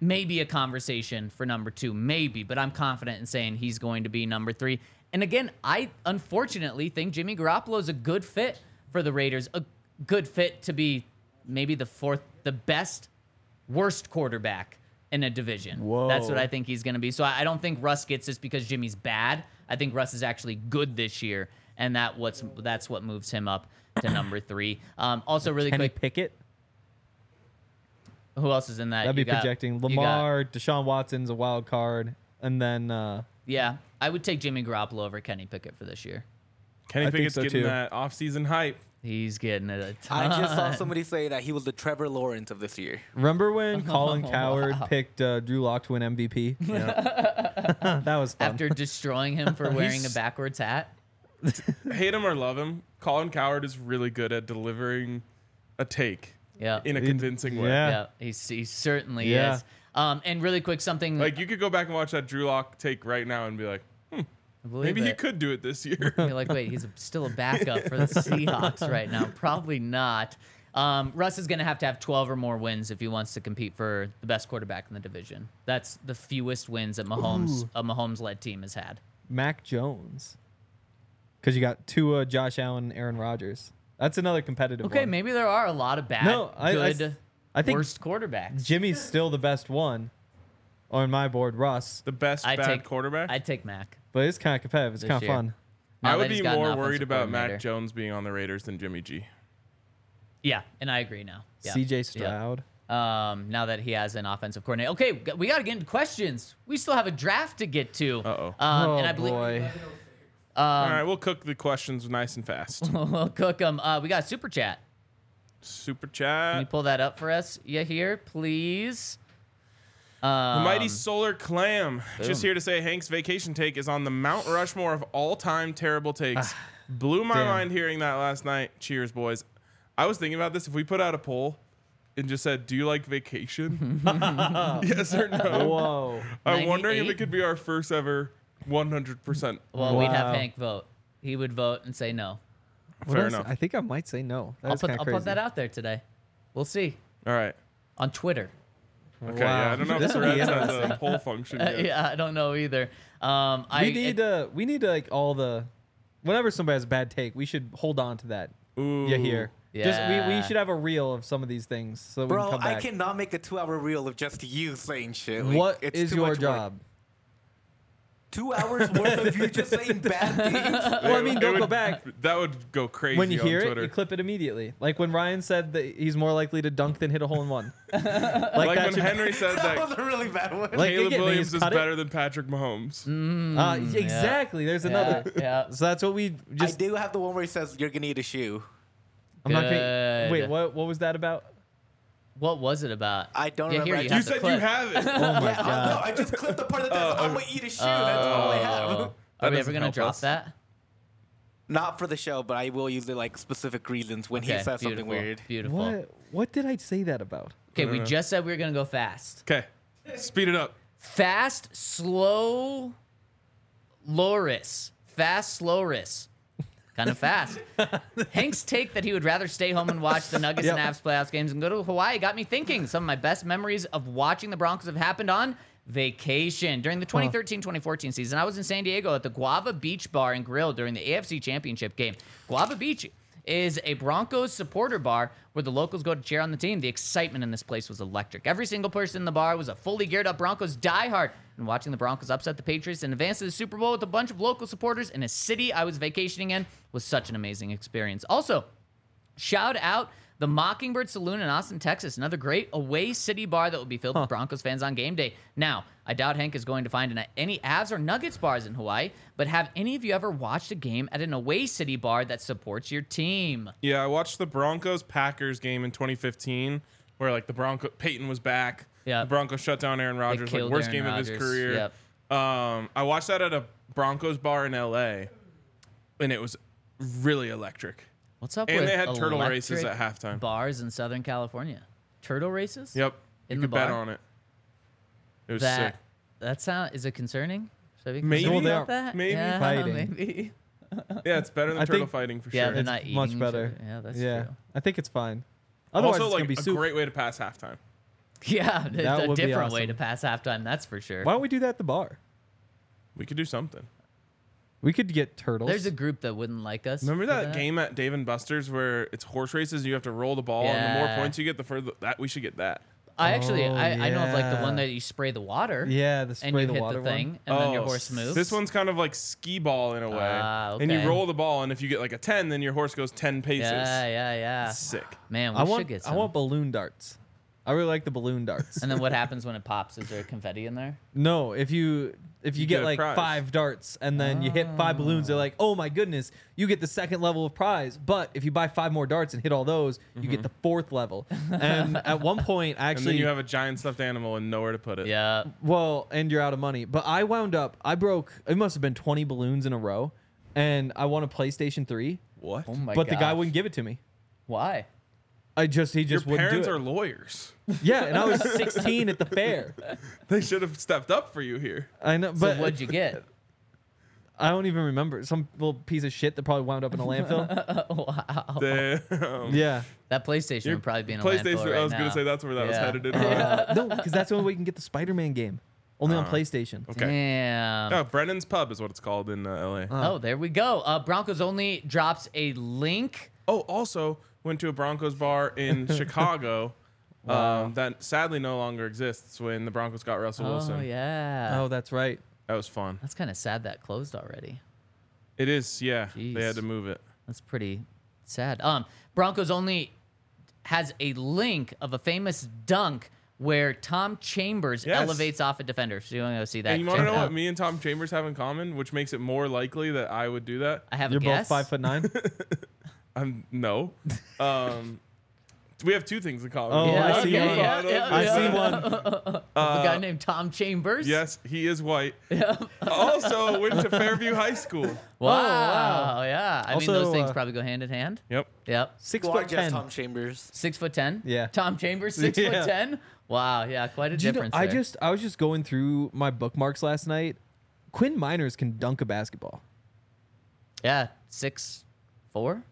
maybe a conversation for number two, maybe, but I'm confident in saying he's going to be number three. And again, I unfortunately think Jimmy Garoppolo is a good fit for the Raiders, a good fit to be maybe the fourth, the best, worst quarterback in a division. That's what I think he's going to be. So I I don't think Russ gets this because Jimmy's bad. I think Russ is actually good this year, and that what's that's what moves him up to number three. Um, also, really Kenny quick, Pickett. who else is in that? That'd You be got- projecting. you got- Lamar, Deshaun Watson's a wild card, and then uh, Yeah, I would take Jimmy Garoppolo over Kenny Pickett for this year. Kenny I think Pickett's so, getting too. that off-season hype. He's getting it. A I ton. just saw somebody say that he was the Trevor Lawrence of this year. remember *laughs* when Colin Coward picked uh, Drew Lock to win MVP? *laughs* that was fun. *laughs* after destroying him for wearing a backwards hat. Hate him or love him, Colin Coward is really good at delivering a take Yeah, in a convincing way. yeah. yeah, he's, he certainly Yeah. is. Um, and really quick, something Like you could go back and watch that Drew Lock take right now and be like, maybe he could do it this year. You're like, wait, he's still a backup for *laughs* the Seahawks right now. Probably not. Um, Russ is going to have to have 12 or more wins if he wants to compete for the best quarterback in the division. That's the fewest wins that Mahomes a Mahomes-led team has had. Mac Jones. Because you got Tua, Josh Allen, Aaron Rodgers. That's another competitive Okay, one. maybe there are a lot of bad, No, I- I s- good, I think- worst quarterbacks. Jimmy's still the best one on my board, Russ. The best I bad take quarterback. I'd take Mac. But it's kind of competitive. It's This kind of year. fun. now I that would he's be got an more offensive worried about Mac coordinator. Jones being on the Raiders than Jimmy G. Yeah, and I agree now. Yeah, yeah. CJ Stroud. Um, now that he has an offensive coordinator. Okay, we got- we got to get into questions. We still have a draft to get to. Uh-oh. Um, oh, and I believe boy. All right, we'll cook the questions nice and fast. we'll *laughs* cook 'em. Uh, we got a super chat. Super Can you chat. pull that up for us? You here, please? The Um, Mighty Solar Clam. Just boom. here to say Hank's vacation take is on the Mount Rushmore of all time terrible takes. Blew my Ah, damn. mind hearing that last night. Cheers, boys. I was thinking about this. If we put out a poll and just said, Do you like *laughs* vacation? *laughs* yes or no? Whoa. I'm wondering if it 98? could be our first ever 100%. well, we'd have Wow. Hank vote. He would vote and say no. What Fair else? enough. I think I might say no. That I'll is put, kinda I'll put crazy. that out there today. We'll see All right. on Twitter. *laughs* Okay. Yeah, Wow. *laughs* I don't know if This would be Threads has a poll function Uh, yet. yeah, I don't know either. Um, I We need uh we need like all the whenever somebody has a bad take, we should hold on to that. Ooh. You hear? Just we, Yeah. we should have a reel of some of these things so that we Bro, can come I back. cannot make a two-hour reel of just you saying shit. Like, What it's is too your much work. job? Two hours worth of you *laughs* just saying bad things. Well, I It- mean, it don't go would- back. That would go crazy When you on hear it, Twitter. you clip it immediately. Like when Ryan said that he's more likely to dunk than hit a hole in one. like like that when should- Henry *laughs* said That that was a really bad one. Like, Caleb again, they Williams just is cut it. better than Patrick Mahomes. Mm, Uh, exactly. There's yeah, another. yeah. *laughs* So that's what we I just. do have the one where he says you're gonna eat a shoe. I'm not gonna, Good. wait, what? What was that about? What was it about? I don't Yeah, here remember. you I You have the said you clip. have it. *laughs* Oh my Yeah, I know. I just Uh, clipped the part that says I'm gonna eat a shoe. That's all I have. Oh. Are we ever doesn't gonna help drop us. that? *laughs* Not for the show, but I will use it like specific reasons when he Okay, says something beautiful, weird. *laughs* Beautiful. What? What did I say that about? Okay, we just said we were gonna go fast. Okay, speed it up. Fast, slow, Loris. Fast, Loris. Kind of fast. Hank's take that he would rather stay home and watch the Nuggets and Yep. Avs playoffs games and go to Hawaii got me thinking. Some of my best memories of watching the Broncos have happened on vacation. During the 2013 2014 season, I was in San Diego at the Guava Beach Bar and Grill during the AFC Championship game. Guava Beach is a Broncos supporter bar where the locals go to cheer on the team. The excitement in this place was electric. Every single person in the bar was a fully geared up Broncos diehard and watching the Broncos upset the Patriots and advance to the Super Bowl with a bunch of local supporters in a city I was vacationing in was such an amazing experience. Also, Shout out the Mockingbird Saloon in Austin, Texas. Another great away city bar that will be filled with Broncos fans on game day. Now, I doubt Hank is going to find an- any Avs or Nuggets bars in Hawaii, but have any of you ever watched a game at an away city bar that supports your team? Yeah, I watched the Broncos Packers game in 2015, where like the Bronco Peyton was back. Yeah. the Broncos shut down Aaron Rodgers, like killed worst Aaron game of his Rodgers. career. Yep. Um, I watched that at a Broncos bar in L.A., and it was really electric. What's up And with they had turtle races electric at halftime. Bars in Southern California. Turtle races? Yep, In you the could bet bar? on it. It was That sick. that sound is it concerning? Should I be Maybe. Well, concerned they about are- that? maybe yeah, fighting. Maybe. *laughs* Yeah, it's better than I turtle think- fighting for Yeah, sure. they're not It's eating much each better. other. Yeah, that's yeah, true. I think it's fine. Otherwise, also, it's gonna like be a soup. great way to pass halftime. Yeah, it's That a would be different way awesome. to pass halftime, that's for sure. Why don't we do that at the bar? We could do something. We could get turtles. There's a group that wouldn't like us. Remember for that, game at Dave and Buster's where it's horse races and you have to roll the ball, and the Yeah. more points you get, the further that we should get that. I actually, Oh, I, I know of like the one yeah. that you spray the water. yeah, the And spray you the hit water the thing, one. and then your Oh, horse moves. This one's kind of like skee ball in a way, Ah, and you okay. roll the ball, and if you get like a ten, then your horse goes ten paces. Yeah, yeah, yeah. Sick. Man, we I should want get some. I want balloon darts. I really like the balloon darts. *laughs* and then *laughs* what happens when it pops? Is there confetti in there? no, if you if you, get get, a like prize. five darts and then you hit five balloons, they're like, oh my goodness, you get the second level of prize. But if you buy five more darts and hit all those, you Mm-hmm. get the fourth level. And at one point, *laughs* I And actually then you have a giant stuffed animal and nowhere to put it. Yeah. Well, and you're out of money. But I wound up, I broke, it must have been 20 balloons in a row. And I won a PlayStation 3, What? Oh *laughs* my but the guy gosh. wouldn't give it to me. Why? *laughs* I just, he Your just wouldn't parents do are it. lawyers. *laughs* yeah, and I *laughs* was 16 at the fair. they should have stepped up for you *laughs* here. I know, So but what'd *laughs* you get? *laughs* I don't even remember. Some little piece of shit that probably wound up in a *laughs* landfill. wow. Damn. yeah. That PlayStation Your would probably be in a PlayStation. landfill right I was now. gonna say that's where that was Yeah. headed. In. *laughs* Uh, no, because that's the only way you can get the Spider Man game. Only Uh, on PlayStation. Okay. Damn. uh. Oh, Brennan's Pub is what it's called in uh, LA. Oh, there we go. Uh, Broncos only drops a link. Oh, also went to a Broncos bar *laughs* in Chicago um, that sadly no longer exists when the Broncos got Russell Wilson. Oh yeah. Oh, that's right. That was fun. That's kind of sad that closed already. It is, yeah. They Jeez. had to move it. That's pretty sad. Um, Broncos only has a link of a famous dunk where Tom Chambers Yes. elevates off a defender. So you want to go see that? And you want to check know it what out. me and Tom Chambers have in common, which makes it more likely that I would do that? I have You're a both guess. five foot *laughs* nine. I'm no. Um, we have two things in common. Oh, Yeah, I see okay, one. yeah, yeah, I yeah. see one. a guy named Tom Chambers. Uh, Yes, he is *laughs* white. also went to Fairview High School. Wow. Yeah. I mean, those Also, things uh, probably go hand in hand. Yep. Yep. Six You are foot just ten. Tom Chambers. Six foot ten. Yeah. Tom *laughs* Chambers, six Yeah. foot ten. Wow. Yeah. Quite a Do you know- difference. I there. just I was just going through my bookmarks last night. Quinn Miners can dunk a basketball. Yeah. Six, four.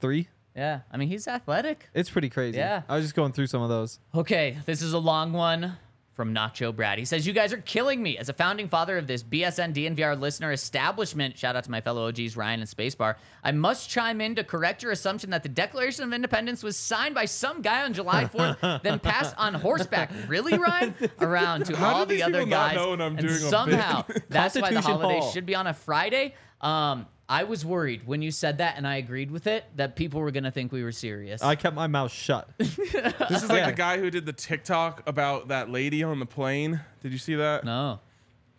Three. Yeah. I mean, he's athletic. It's pretty crazy. Yeah. I was just going through some of those. Okay, this is a long one from Nacho Brad. He says, You guys are killing me. As a founding father of this BSN DNVR listener establishment, shout out to my fellow OGs, Ryan and Spacebar, I must chime in to correct your assumption that the Declaration of Independence was signed by some guy on *laughs* July 4th, then passed on horseback. Really, Ryan? Around to How do all the these other people not guys. know when I'm and doing a bit? *laughs* somehow, that's why the Constitution holiday Hall. should be on a Friday. Um, I was worried when you said that, and I agreed with it, that people were going to think we were serious. I kept my mouth *laughs* shut. Oh This is like Yeah. the guy who did the TikTok about that lady on the plane. Did you see that? no.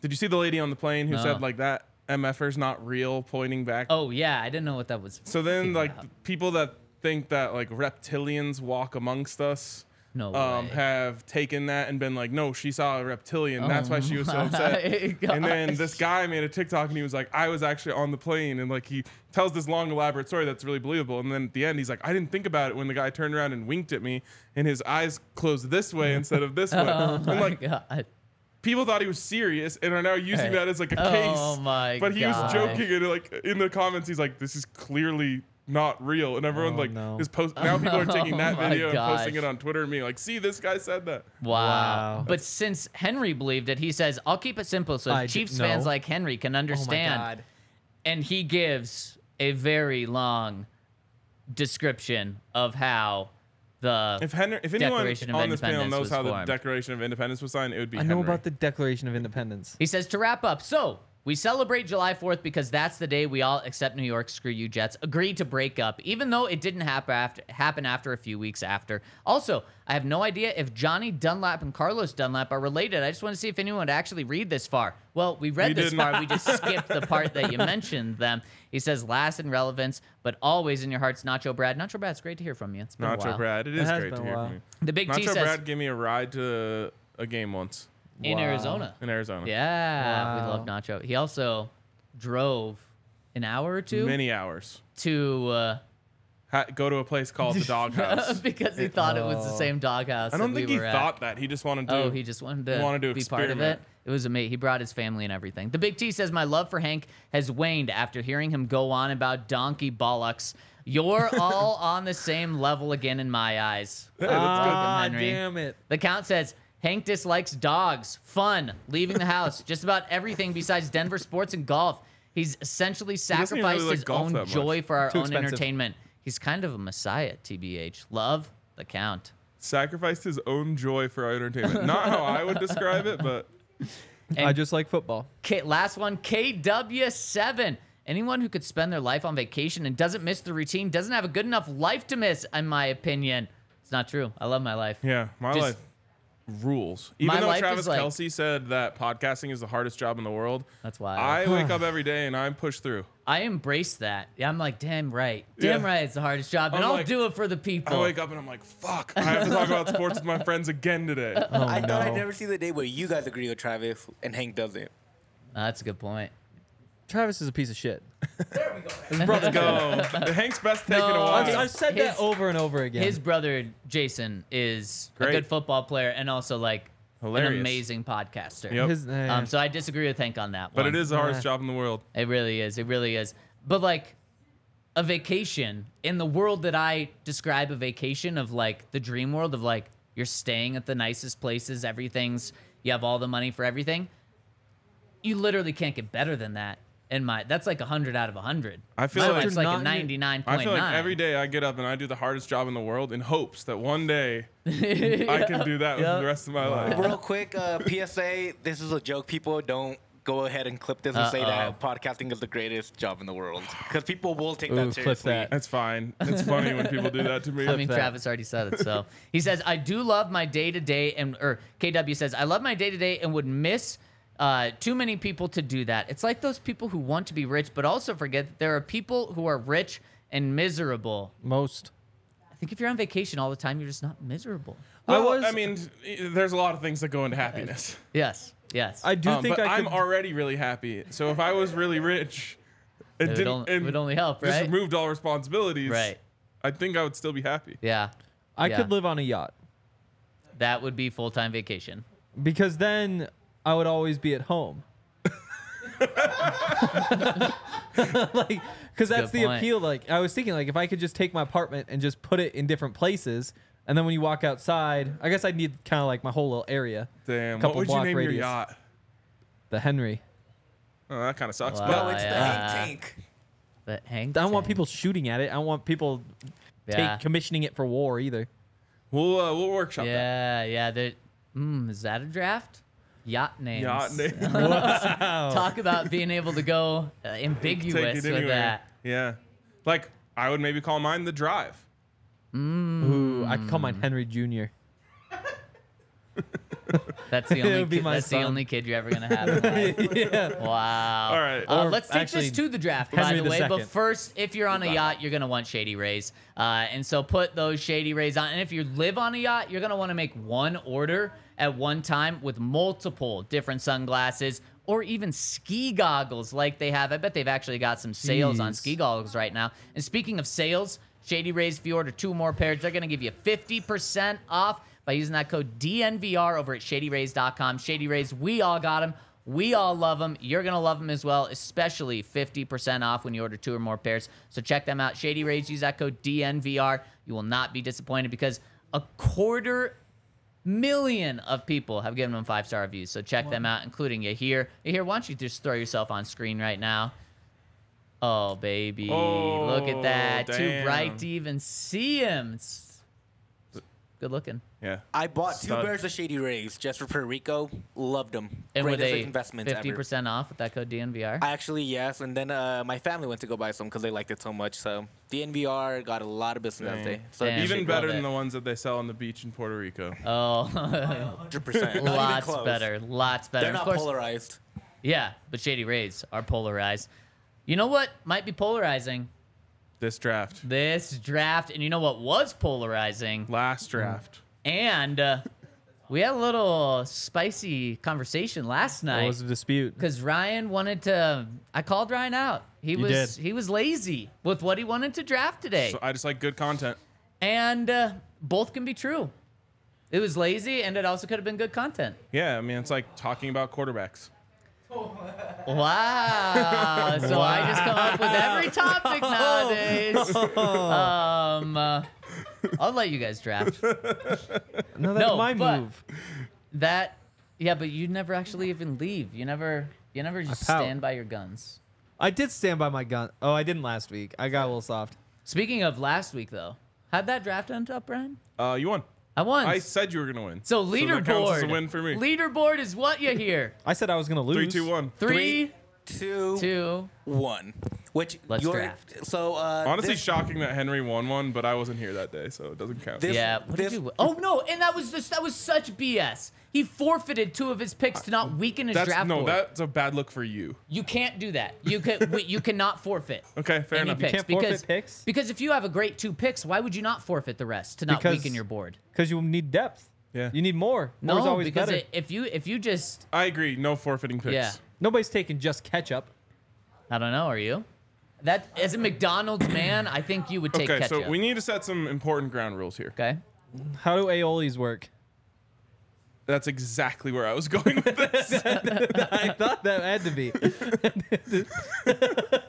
Did you see the lady on the plane who No. said like that MFR's not real, pointing back? Oh, yeah, I didn't know what that was. so then figure like out. people that think that like reptilians walk amongst us. No Um, way. *laughs* have taken that and been like, no, she saw a reptilian. Oh That's why *laughs* she was so upset. my And then this guy made a TikTok and he was like, I was actually on the plane. And like, he tells this long, elaborate story that's really believable. And then at the end, he's like, I didn't think about it when the guy turned around and winked at me and his eyes closed this *laughs* way instead of this way. and Oh my like, God. people thought he was serious and are now using Right. that as like a *laughs* Oh case. my But he was gosh. joking and like in the comments he's like, This is clearly not real. And everyone Oh, like no. is post now people are taking *laughs* Oh that my video and posting gosh. it on Twitter and being like, see this guy said that. Wow. Wow. But since Henry believed it, he says, I'll keep it simple so I d- Chiefs no. Oh fans like Henry can understand. And he gives a very long description of how the If Henry, if anyone Declaration of on this panel Independence knows was how formed. the Declaration of Independence was signed, it would be I know Henry. about the Declaration of Independence. He says to wrap up. So we celebrate July 4th because that's the day we all, except New York, screw you Jets, agreed to break up, even though it didn't happen after, happen after a few weeks after. Also, I have no idea if Johnny Dunlap and Carlos Dunlap are related. I just want to see if anyone would actually read this far. Well, we read We this did far. not. We just skipped the part that you mentioned them. He says last in relevance, but always in your hearts, Nacho Brad. Nacho Brad, it's great to hear from you. It's been a Nacho while. Brad. It It is has great to been a hear while. from you. The Big T Nacho says Brad gave me a ride to a game once in Wow. Arizona. in Arizona. Yeah, we Wow. love Nacho. He also drove an hour or two Many hours. to uh, Ha- go to a place *laughs* called the Doghouse. because he thought it was the same doghouse. I don't that think we he were at. thought that. He just wanted to. Oh, he just wanted to, wanted to be part of it. experiment. It was amazing. He brought his family and everything. The Big T says, My love for Hank has waned after hearing him go on about donkey bollocks. *laughs* You're all on the same level again in my eyes. Welcome, Ah, Henry. damn it. The count says Hank dislikes dogs, fun, leaving the house, just about everything besides Denver sports and golf. He's essentially doesn't even sacrificed really like his golf that own much. joy for our Too own expensive. entertainment. He's kind of a messiah, TBH. Love the count. sacrificed his own joy for our entertainment. Not how I would describe it, but I just like football. K- last one, KW7. Anyone who could spend their life on vacation and doesn't miss the routine doesn't have a good enough life to miss, in my opinion. It's not true. I love my life. yeah, my Just- life rules. Even My though life Travis is like- Kelsey said that podcasting is the hardest job in the world, That's wild. *sighs* I wake up every day and I push through. I embrace that. Yeah, I'm like, damn right. Damn Yeah. right. It's the hardest job, and I'm I'll like- do it for the people. I wake up and I'm like, fuck, I have to talk about sports with my friends again *laughs* today. Oh. I thought I'd no. never see the day where you guys agree with Travis and Hank doesn't. Uh, that's a good point. Travis is a piece of shit. Let's go. The Hank's best take in a No. while. I've, I've said Oh, His- that over and over again. His brother Jason is a Great. good football player and also like an Hilarious. amazing podcaster. Yep. His- eh. Um, so I disagree with Hank on that But one. it is the hardest Yeah. job in the world. It really is. It really is. But like a vacation in the world that I describe a vacation of like the dream world of like you're staying at the nicest places, everything's you have all the money for everything. You literally can't get better than that. In my that's like hundred out of hundred. I feel my like- life's like a Not- ninety nine I point feel like every day I get up and I do the hardest job in the world in hopes that one *laughs* day I can do that Yep. with the rest of my life. Uh-huh. Real quick, *laughs* uh, PSA. This is a joke. People don't go ahead and clip this and say that podcasting is the greatest job in the world because people will take Ooh, that clip seriously. that. That's fine. It's funny when people do that to me. I mean, that. Travis already said it. *laughs* So he says, I do love my day to day, and or KW says, I love my day to day and would miss uh, too many people to do that. It's like those people who want to be rich, but also forget that there are people who are rich and miserable. Most. I think if you're on vacation all the time, you're just not miserable. Well, I was. I mean, there's a lot of things that go into happiness. Yes, yes. I do Um, think but I I'm could, already really happy. So if I was really rich, it, would didn't. only- and would only help, Just right? removed all responsibilities. Right. I think I would still be happy. yeah. I yeah. could live on a yacht That would be full time vacation. because then I would always be at home. *laughs* like, because that's the point. appeal. Like, I was thinking, like, if I could just take my apartment and just put it in different places, and then when you walk outside, I guess I would need kind of like my whole little area. Damn. Couple what would you block name your radius. yacht? The Henry. Oh, that kind of sucks. Wow. No, But it's the Uh, Yeah. Hank Tank. But hang. I don't want people shooting at it. I don't want people Yeah. take commissioning it for war either. we'll uh, we'll workshop that. Yeah, yeah. there- Mm, is that a draft? Yacht names. *laughs* Yacht name. Talk about being able to go uh, ambiguous with anywhere. that. Yeah. Like I would maybe call mine the drive. Ooh, I could call Mm. mine Henry *laughs* Jr. That's *laughs* the It only. would be Kid, my that's the son. only kid you're ever gonna *laughs* have. in life. *laughs* yeah. Wow. All right. Uh, Or let's take actually, this to the draft, Henry by the way. II. But first, if you're on a yacht, you're gonna want shady rays, uh, and so put those shady rays on. And if you live on a yacht, you're gonna want to make one order at one time with multiple different sunglasses or even ski goggles, like they have. I bet they've actually got some sales on Jeez. ski goggles right now. And speaking of sales, Shady Rays, if you order two more pairs, they're going to give you 50% off by using that code DNVR over at shadyrays.com. Shady Rays, we all got them. We all love them. You're going to love them as well, especially 50% off when you order two or more pairs. So check them out. Shady Rays, use that code DNVR. You will not be disappointed because a quarter million of people have given them five star reviews. So check them out, including you here. You here, why don't you just throw yourself on screen right now? Oh baby, look at Oh, that! Too bright damn. to even see him. It's it's good looking. Yeah. I bought two Stud. bears of Shady Rays just for Puerto Rico. Loved them. And were Greatest they investments fifty ever. percent off with that code DNVR? I actually yes, and then uh, my family went to go buy some because they liked it so much. So the NVR got a lot of business Dang. that day. So Damn. Yeah, Even love better it. than the ones that they sell on the beach in Puerto Rico. *laughs* oh, *laughs* hundred percent, lots better, lots better. They're of not course, polarized. yeah, but shady rays are polarized. You know what might be polarizing This draft, this draft, and you know what was polarizing, last draft. and uh, we had a little spicy conversation last It night. was a dispute. because Ryan wanted to. I called Ryan out. He You was did. he was lazy with what he wanted to draft today, So I just like good content. and uh, both can be true. It was lazy, and it also could have been good content. Yeah, I mean it's like talking about quarterbacks. *laughs* Wow! so I just come up with every topic nowadays. *laughs* um, uh, I'll let you guys draft No, that's No, my but- move. that. Yeah, but you never actually even leave. You never you never just pout. stand by your guns. I did stand by my gun. Oh, I didn't last week. I got a little soft. Speaking of last week, though, how'd that draft end up, Ryan? Uh, you won. I won. I said you were gonna win. So that leaderboard. counts as a win for me. Leaderboard is what you hear. I said I was gonna lose. *laughs* Three, two, one. Three, Two, two. one. Which Let's your- draft. So uh, Honestly, this, shocking that Henry won one, but I wasn't here that day, so it doesn't count. This- Yeah. What did this- you do? Oh no! And that was just that was such BS. He forfeited two of his picks to not weaken his that's draft no, board. that's a bad look for you. you can't do that. You can we- you cannot forfeit. *laughs* Okay, fair any enough. picks can't forfeit because picks? because if you have a great two picks, why would you not forfeit the rest to not Because- weaken your board? Because you need depth. Yeah. You need more. No, More's always because better. it, if you if you just I agree. No forfeiting picks. yeah, Nobody's taking just ketchup. I don't know. Are you? That as a McDonald's man, I think you would take Okay, ketchup. so we need to set some important ground rules here. okay. How do aiolis work? That's exactly where I was *laughs* going with this. *laughs* I thought that had to be.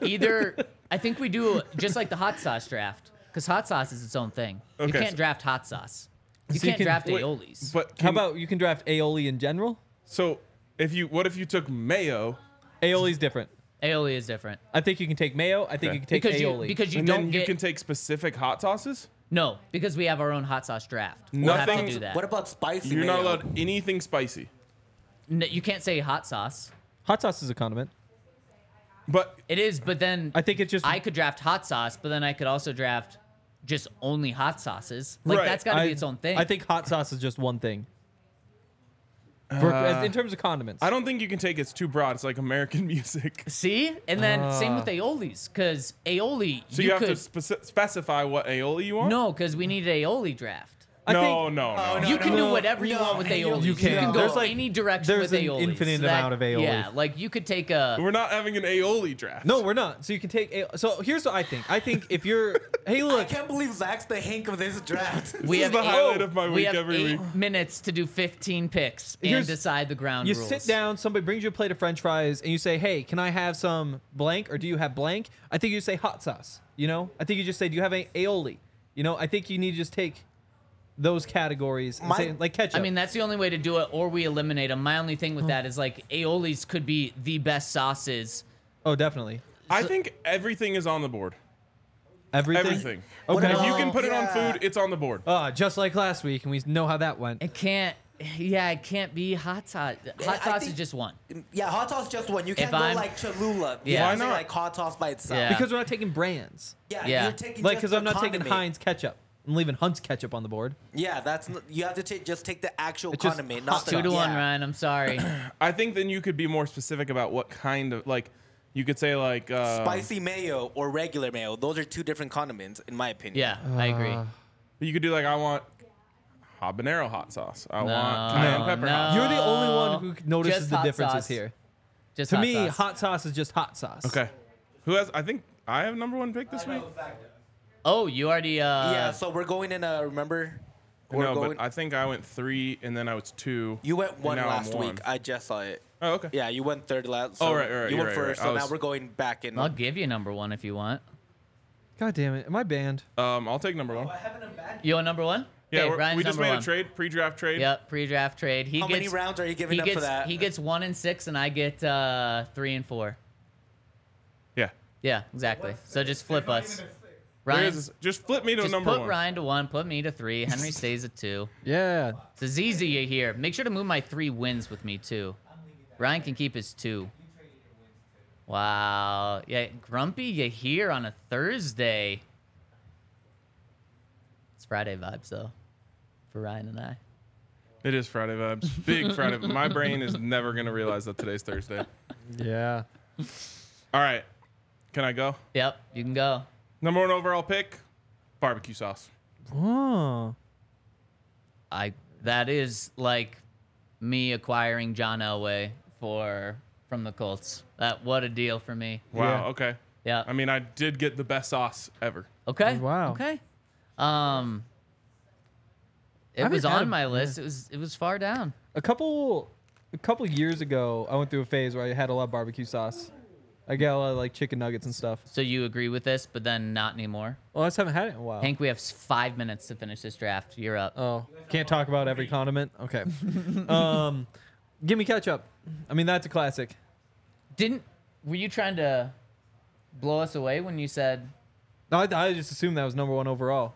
either I think we do just like the hot sauce draft because hot sauce is its own thing. you Okay, can't so- draft hot sauce. You So you can't can- draft Wait, aiolis. But How can- about you can draft aioli in general? so if you what if you took mayo? Aioli's different. aioli is different I think you can take mayo. I think Okay. you can take because aioli. you because you and don't then get you can take specific hot sauces. no because we have our own hot sauce draft. We'll have to Nothing's- do that. What about spicy? You're not mayo? allowed anything spicy. N- you can't say hot sauce. Hot sauce is a condiment. But It is, but then I think it's just I could draft hot sauce, but then I could also draft just only hot sauces. Like Right. that's got to I- be its own thing. I think hot sauce is just one thing. For- as- in terms of condiments, I don't think you can take it's too broad. It's like American *laughs* music. See, and then same Ah. with aiolis because aioli So you, you, have to could speci- specify what aioli you want. no because we need aioli draft. I no, think- no, no. You can do no, whatever you Oh, no, want with aioli. aioli. You You can can't. go There's like- any direction there's with an aioli. infinite amount of aioli. Yeah, like you could take a. We're not having an aioli draft. no, we're not. So you can take. A- so here's what I think. I think if you're, hey, I look, can't believe Zach's the Hank of this draft. *laughs* we is have the eight, highlight of my we week have every eight week. minutes to do 15 picks and Here's- decide the ground you rules. sit down, somebody brings you a plate of French fries, and you say, hey, can I have some blank, or do you have blank? I think you say hot sauce. You know, I think you just say, do you have a aioli? You know, I think you need to just take those categories, and My- say, like ketchup. I mean, that's the only way to do it, or we eliminate them. My only thing with that is like aiolis could be the best sauces. oh, definitely I think everything is on the board. everything. Everything. Okay. If you Oh, can put it yeah. on food, it's on the board. Ah, just like last week, and we know how that went. It can't. Yeah, it can't be hot sauce. Hot I sauce is think- just one. Yeah, hot sauce just one. You can't go I'm- like Cholula. Yeah. Yeah, Why why not not? like hot sauce by itself? Yeah. Because we're not taking brands. Yeah, Yeah. you're taking Like, just because the I'm not condiment. taking Heinz ketchup. I'm leaving Hunt's ketchup on the board. Yeah, that's n- you have to ta- just take the actual It's just condiment, hot not the Two to one, yeah. Ryan. *coughs* I'm sorry. I think then you could be more specific about what kind of like. You could say like uh, Spicy mayo or regular mayo. Those are two different condiments, in my opinion. Yeah, I agree. Uh, You could do like I want habanero hot sauce. I want No, cayenne pepper hot no. sauce. You're the only one Uh, who notices just the hot differences sauce. here. Just To hot me, sauce. hot sauce is just hot sauce. Okay. Who has? I think I have number one pick this week. Oh, you already. Uh, Yeah. So we're going in a remember. We're No, going. but I think I went three and then I was two. you went and one now I'm last one. week. I just saw it. oh, okay. Yeah, you went third Oh, last. so right, right, right, You went right, right. first, I so now was- we're going back in. I'll give you number one if you want. God damn it. Am I banned? Um, I'll take number one. You want number one? Yeah, okay, we're- Ryan's we just number made one. a trade, pre-draft trade. Yep, pre-draft trade. He How gets, many rounds are you giving he up gets for that? he gets one and six, and I get uh, three and four. Yeah. Yeah, exactly. So just flip us. There Ryan, is- just flip me to just number put one. Ryan to one, put me to three. Henry stays at two. Yeah. So ZZ you here. Make sure to move my three wins with me too. Ryan can keep his two. Wow. Yeah, Grumpy you here on a Thursday. It's Friday vibes though. For Ryan and I. It is Friday vibes. *laughs* Big Friday. My brain is never gonna realize that today's Thursday. Yeah. All right, can I go? Yep, you can go. Number one overall pick, barbecue sauce. Oh. I that is like me acquiring John Elway for from the Colts. That what a deal for me. Wow. Yeah. Okay. Yeah. I mean, I did get the best sauce ever. Okay. Wow. Okay. Um it haven't was had a- on my list. It was it was far down. A couple a couple years ago, I went through a phase where I had a lot of barbecue sauce. I got a lot of like chicken nuggets and stuff. So you agree with this, but then not anymore. Oh. Well, I just haven't had it in a while. Hank, we have s- five minutes to finish this draft. You're up. Oh, can't talk about every condiment. *laughs* Okay. um, give me ketchup. I mean, that's a classic. Didn't were you trying to blow us away when you said No, I, I just assumed that was number one overall.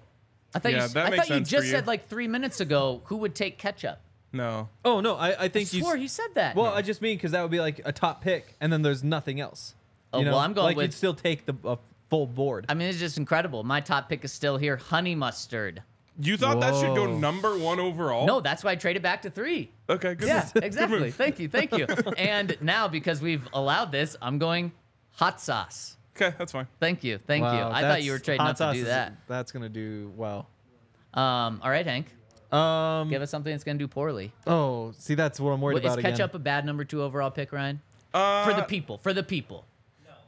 I thought you Yeah, s- that I makes thought you sense for just you. said like three minutes ago who would take ketchup? No. Oh no, I, I think you. s- swore you said that. well, I just mean because that would be like a top pick, and then there's nothing else. Oh, You know? well, I'm going like with- you'd still take the uh, full board. I mean, it's just incredible. My top pick is still here, honey mustard. You thought that should go Whoa. number one overall? No, that's why I traded back to three. Okay. Good. Yeah, move. Good *laughs* *laughs* exactly. move. Thank you, thank you. And now because we've allowed this, I'm going hot sauce. Okay, that's fine. Thank you, thank you. I thought you were trading up to do that. that's gonna do well. Um, all right, Hank, Um. give us something that's gonna do poorly. oh, see, that's what I'm worried What, is about again. ketchup a bad number two overall pick, Ryan? Uh, For the people, for the people,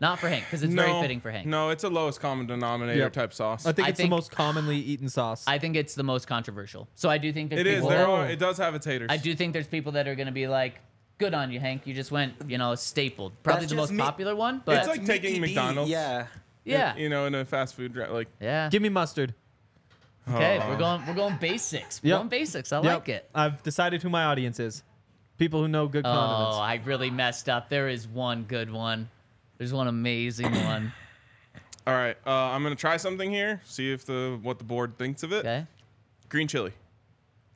not for Hank, because it's very fitting for Hank. No, it's a lowest common denominator Yep. type sauce. I think I it's think- the most commonly eaten sauce. I think it's the most controversial. So I do think there's it is. people. There are. It does have its haters. I do think there's people that are going to be like, good on you, Hank. You just went, you know, stapled. Probably That's the most just me- popular one, but It's like taking Mickey D, McDonald's. Yeah. yeah. You know, in a fast food dra- like. yeah. Give me mustard. okay, Oh. we're going we're going basics. We're Yep. going basics. I Yep, like it. I've decided who my audience is. People who know good Oh, condiments. I really messed up. There is one good one. There's *coughs* one amazing one. All right. Uh, I'm gonna try something here. See if the what the board thinks of it. Okay? Green chili.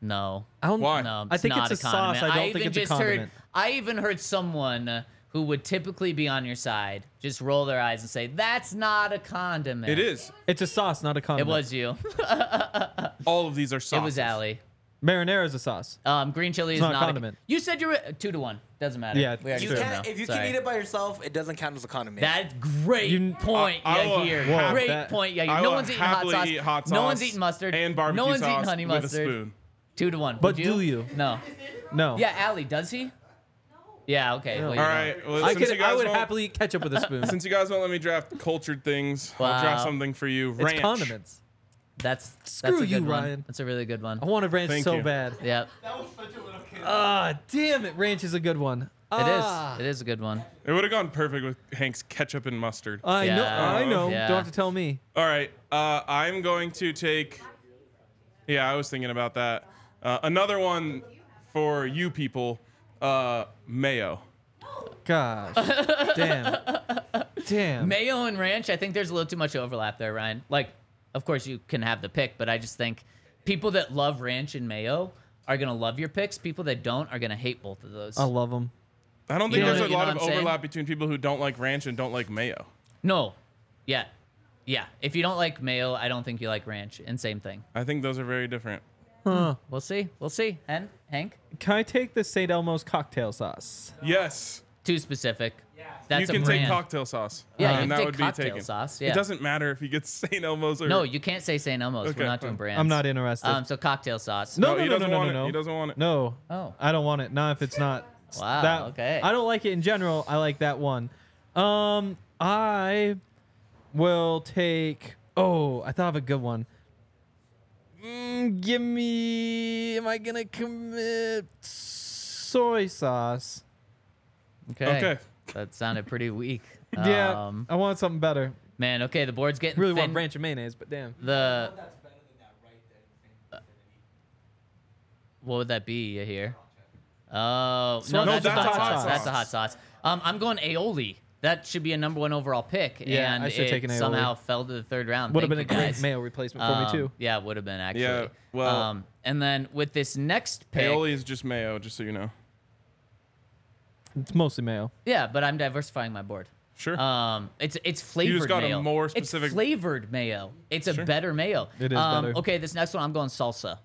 No. I don't, Why? No, I it's think not it's a a sauce. condiment. I don't think even it's a just heard. condiment. I even heard someone uh, who would typically be on your side just roll their eyes and say, "That's not a condiment." It is. It's a sauce, not a It condiment. was *laughs* you. All of these are sauces. it was Allie. marinara is a sauce. Um, green chili is not a not, a condiment. You said you were two to one. Doesn't matter. Yeah, we already You Sure. can know. if you Sorry. can eat it by yourself, it doesn't count as a condiment. That's great You- point. I- I yeah, will here. hap- great that- point. Yeah, I here. No will one's eating hot happily sauce. eat hot No one's sauce eating mustard. and barbecue No one's sauce eating honey with mustard. a spoon. Two to one. But Would do you? No. No. Yeah, Allie, does he? Yeah. Okay. Well, you All know. right. Well, I, since could, you guys I would won't- happily eat ketchup with a *laughs* spoon. Since you guys won't let me draft cultured things, I'll draft Wow. something for you. Ranch. it's condiments. That's that's Screw a good you, one. Ryan. That's a really good one. I wanted ranch Thank so you. bad. Yep. That was such a little kid. Uh, Ah, damn it. Ranch is a good one. It is. Ah. It is a good one. It would have gone perfect with Hank's ketchup and mustard. I know. Yeah. I know. Yeah. Don't have to tell me. All right. Uh, I'm going to take. Yeah, I was thinking about that. Uh, another one for you people uh, mayo. *laughs* Gosh. damn. Damn. Mayo and ranch. I think there's a little too much overlap there, Ryan. Like, of course you can have the pick, but I just think people that love ranch and mayo are gonna love your picks. People that don't are gonna hate both of those. I love them. I don't You think know- there's a you know lot what of I'm saying? overlap between people who don't like ranch and don't like mayo. No. Yeah. Yeah. If you don't like mayo, I don't think you like ranch. And same thing. I think those are very different. We'll see. We'll see. Hen, Hank, Can I take the St. Elmo's cocktail sauce? Yes, too specific. That's you a can brand. take cocktail sauce. Yeah, and you can that take would be cocktail taken. sauce, It yeah. doesn't matter if you *laughs* get St. Elmo's or No, you can't say St. Elmo's. Okay, We're not doing fine. brands. I'm not interested. Um, so cocktail sauce. no, No, no, he no, no, doesn't no, want it. no. He doesn't want it. No. Oh. I don't want it. Not if it's not. Wow, That, okay. I don't like it in general. I like that one. Um, I will take. Oh, I thought of a good one. Mm, give me. Am I gonna commit soy sauce? Okay. Okay. That sounded pretty weak. *laughs* yeah, Um, I want something better. man. Okay. The board's getting Really thin. want ranch and mayonnaise, but damn. The what would that be here? Oh No, no, that's that's, a hot hot sauce. sauce. That's a hot sauce. Um, I'm going aioli. that should be a number one overall pick. Yeah, and I should've it taken Aioli. somehow fell to the third round. Would have been a Thank you, great guys. male replacement for me Um, too. Yeah, would have been actually. Yeah, well- um, and then with this next pick, Paoli is just mayo, just so you know. It's mostly male. yeah, but I'm diversifying my board. Sure. Um, it's it's flavored got a mayo. more specific- It's flavored mayo. It's a better mayo. It is um, better. Okay, this next one I'm going salsa.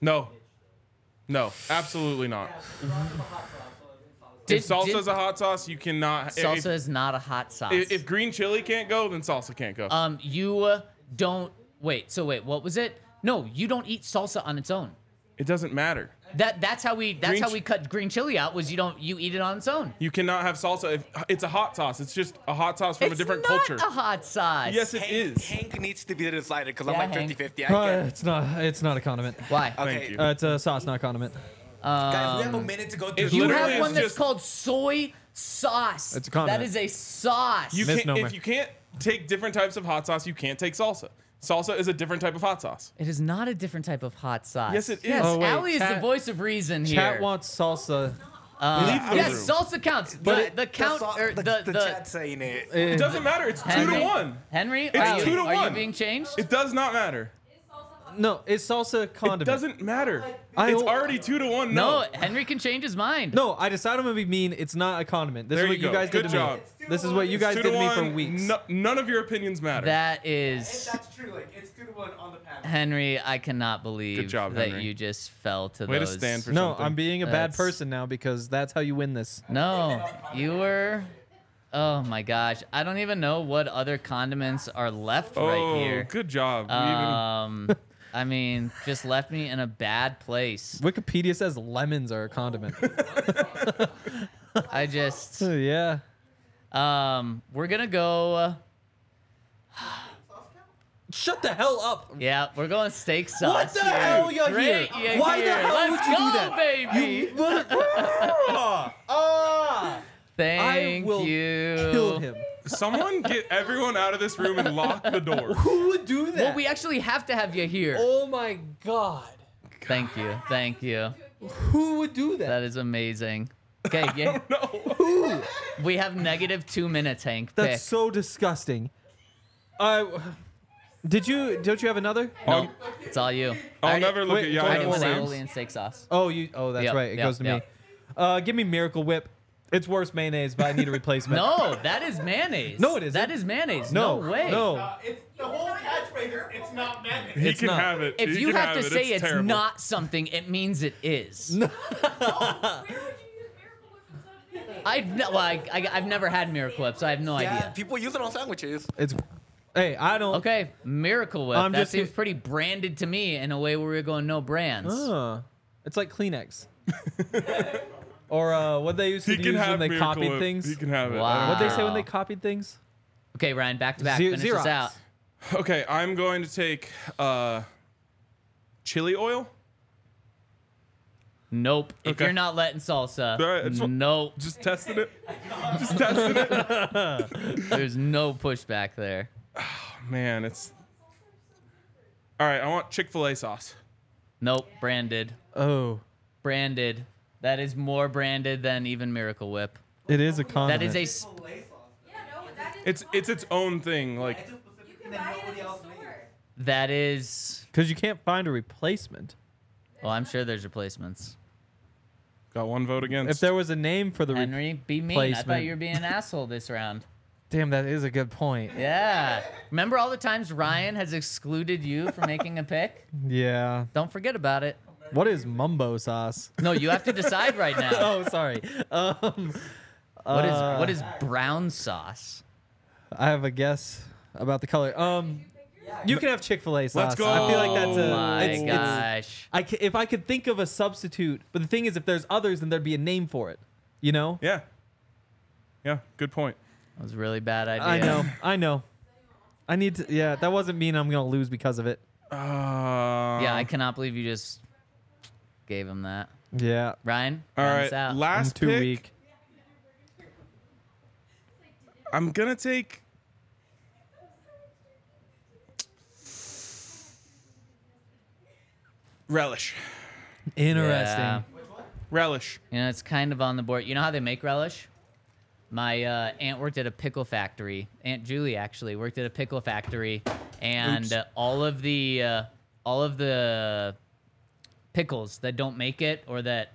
no. No, absolutely not. Did, if salsa did- is a hot sauce, you cannot. if- salsa is not a hot sauce. If, if green chili can't go, then salsa can't go. um, you uh, don't wait. So wait, what was it? No, you don't eat salsa on its own. it doesn't matter. That that's how we that's Green how ch- we cut green chili out was you don't you eat it on its own. You cannot have salsa. If, it's a hot sauce. It's just a hot sauce from it's a different not culture. a hot sauce. yes, it Hank, is. Hank needs to be the decider because Yeah, I'm like Hank. 50 50. I can't. Uh, it's not. It's not a condiment. Why? Okay, Thank you. Uh, it's a sauce, not a condiment. guys, we have a um, minute to go It's through. this. You literally have one is that's just- called soy sauce. It's a condiment. That is a sauce. You can't, Misnomer. if you can't take different types of hot sauce, you can't take salsa. Salsa is a different type of hot sauce. it is not a different type of hot sauce. Yes, it is. Yes, Oh, wait, Allie is the chat- voice of reason here. Uh, Cat wants salsa. Leave the yes, room. salsa counts. The, But the count the, or the, the, the, chat saying it. Eh, It doesn't matter. It's two Henry? to one. Henry, It's are, you, two to are you one. being changed? It does not matter. No, it's salsa condiment. It doesn't matter. I it's don't- already two to one. No. no, Henry can change his mind. Oh. No, I decided I'm gonna be mean. It's not a condiment. This There is what you you, go. guys Good did to job. me. This is what you guys two did to to me one. for weeks. No- none of your opinions matter. That If is that's true, like it's two to one on the panel. Henry. I cannot believe Good job, that Henry. you just fell to Way to those. stand for- No, something. I'm being a bad That's- person now because that's how you win this. No, you were. Oh my gosh, I don't even know what other condiments are left oh, right here. good job. We even- *laughs* Um, I mean, just left me in a bad place. Wikipedia says lemons are *laughs* a condiment. I *laughs* just, yeah. um, we're gonna go. Uh, Shut the hell up. yeah, we're going steak sauce. What the hell you here? Great, you're Why here. the hell Let's would you go, do that? *laughs* baby? You mother- Ah, ah. Thank I will you. kill him. someone get everyone out of this room and lock the door. Who would do that? Well, we actually have to have you here. oh my god. Thank you, thank you. Who would do that? That is amazing. Okay, yeah, No. we have negative two minutes, Hank. That's Pick. so disgusting. I did you don't you have another? I'll, it's all you. I'll never look wait, at I I Yaya don't can want Lamb's. say lamb. aioli and steak sauce. Oh, you. Oh, that's Yep, right. It yep, goes to me. yep. Uh, give me Miracle Whip. It's worse mayonnaise, but I *laughs* need a replacement. No, that is mayonnaise. No, it isn't. That is mayonnaise. No, no, way. no. Uh, it's the whole catchphrase. It's not meant. He it's can not. have it. If He you can have to it. say it's, terrible. not something, it means it is. *laughs* I've no, well, I, I, have never had Miracle Whip, so I have no yeah, idea. people use it on sandwiches. It's. Hey, I don't. Okay, Miracle Whip. I'm that just- seems pretty branded to me in a way where we're going no brands. Uh, it's like Kleenex. *laughs* or uh, what they used to He use can have when they Miracle copied Whip. things. He can have it. Wow. What they say when Oh. they copied things? Okay, Ryan, back to back. Ze- Finish this Xerox. out. Okay, I'm going to take uh, chili oil. Nope. If Okay. you're not letting salsa, All right, it's fi- *laughs* nope. Just testing it. Just testing it. There's no pushback there. Man, it's. All right, I want Chick fil A sauce. Nope. Branded. Oh, Branded. That is more branded than even Miracle Whip. it is a condiment. That is a sp- It's it's its own thing. Like You can buy it at the store. that is. because you can't find a replacement. Well, I'm sure there's replacements. got one vote against. If there was a name for the, re- Henry, be mean. I thought Placement. you were being an asshole this round. damn, that is a good point. Yeah. Remember all the times Ryan has excluded you from making a pick? Yeah. Don't forget about it. What is mumbo sauce? *laughs* No, you have to decide right now. oh, sorry. Um, What is uh, what is brown sauce? I have a guess about the color. Um, you can have Chick Fil A sauce. Let's go. I feel like that's a. oh my it's, it's- gosh. I ca- if I could think of a substitute, but the thing is, if there's others, then there'd be a name for it. You know. yeah. Yeah, good point. that was a really bad idea. I know. I know. I need to. Yeah, that wasn't mean. I'm gonna lose because of it. Uh, Yeah, I cannot believe you just gave him that. Yeah. Ryan, All round right, us out. I'm last too pick. weak. I'm gonna take. Relish. Interesting. Yeah. Relish. You know, it's kind of on the board. You know how they make relish? My uh, aunt worked at a pickle factory. Aunt Julie actually worked at a pickle factory, and uh, all of the uh, all of the pickles that don't make it or that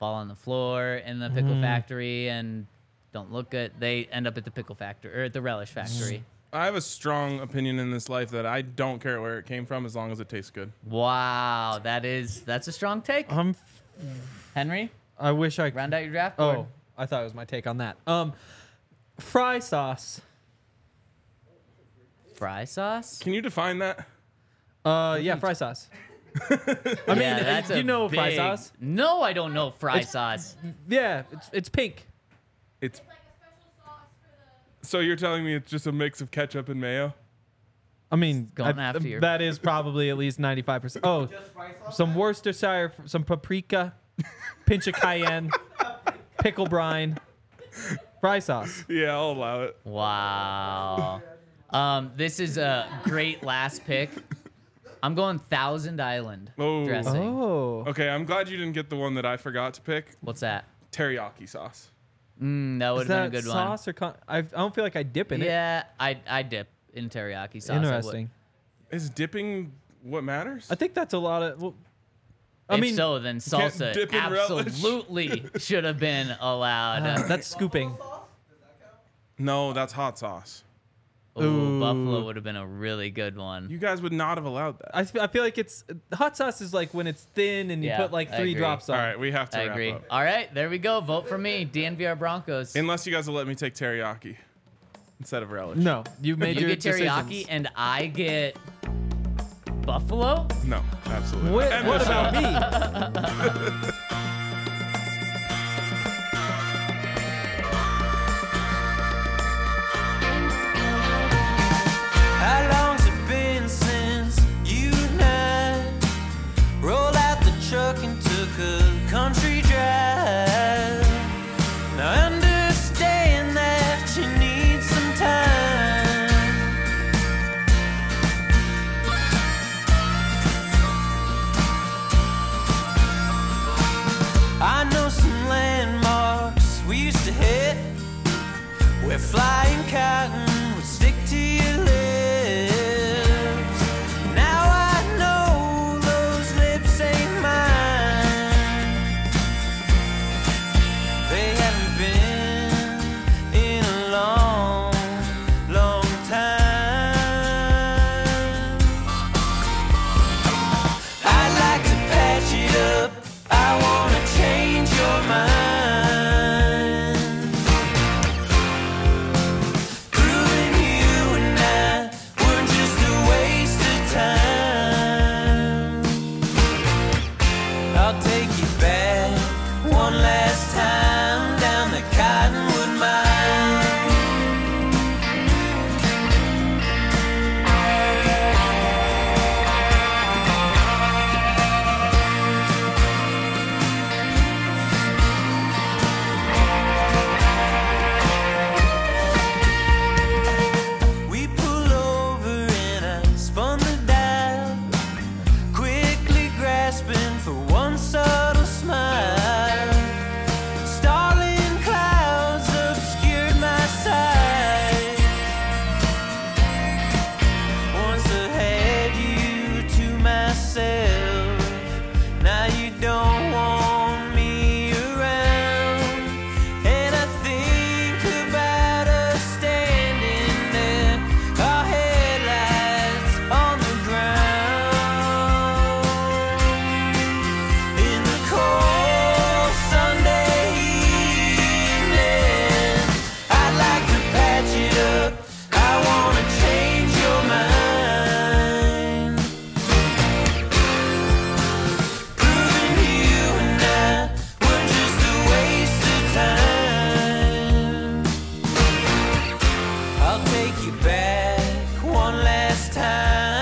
fall on the floor in the pickle factory and don't look good, they end up at the pickle factory or at the relish factory. I have a strong opinion in this life that I don't care where it came from as long as it tastes good. Wow, that is that's a strong take, I'm. f- Henry. I wish I. Round out your draft board. Oh, I thought it was my take on that. Um, fry sauce. fry sauce. Can you define that? Uh, yeah, fry sauce. I mean, Yeah, that's you a know fry big- sauce. No, I don't know fry sauce. Yeah, it's, it's pink. It's It's like a special sauce for the. so you're telling me it's just a mix of ketchup and mayo? I mean, going I- after you. that is probably at least ninety-five percent. Oh, some Worcestershire, some paprika, pinch *laughs* of cayenne, pickle brine, fry sauce. Yeah, I'll allow it. Wow. Um, this is a great last pick. I'm going Thousand Island Oh. dressing. Oh, Okay, I'm glad you didn't get the one that I forgot to pick. What's that? Teriyaki sauce. Mm, that is would have that been a good sauce or con- I, I don't feel like I dip in one. it. Yeah, I I dip in teriyaki sauce. I would. Interesting. Is dipping what matters? I think that's a lot of. Well, I if mean, so, then can't salsa dip in relish. *laughs* absolutely should have been allowed. *coughs* that's scooping. no, that's hot sauce. Ooh, buffalo Ooh. would have been a really good one. You guys would not have allowed that. I, f- I feel like it's hot sauce is like when it's thin and you Yeah, put like I three agree. drops on. All right, we have to I wrap agree. up. All right, there we go. Vote for me, DNVR Broncos. Unless you guys will let me take teriyaki instead of relish. No, you made you your get teriyaki decisions. and I get buffalo. No, absolutely. What, And what the show. about me? How long's it been since you and I rolled out the truck and took a country drive? Now I understand that you need some time. I know some landmarks we used to hit. Where flying cotton would stick to your lips. Now I know those lips ain't mine. They haven't been in a long, long time. I'd like to patch it up. I wanna change your mind. Proving you and I were just a waste of time. I'll take you back one last time down the cottonwood mine. We pull over and I spun the dial, quickly grasping for one subtle smile. Starling clouds obscured my sight. Once I had you to myself, now you don't want me around. And I think about us standing there, our headlights on the ground. In the cold Sunday evening, I'd like to patch it up. I wanna change your mind. Proving you and I were just a waste of time. I'll take you back one last time.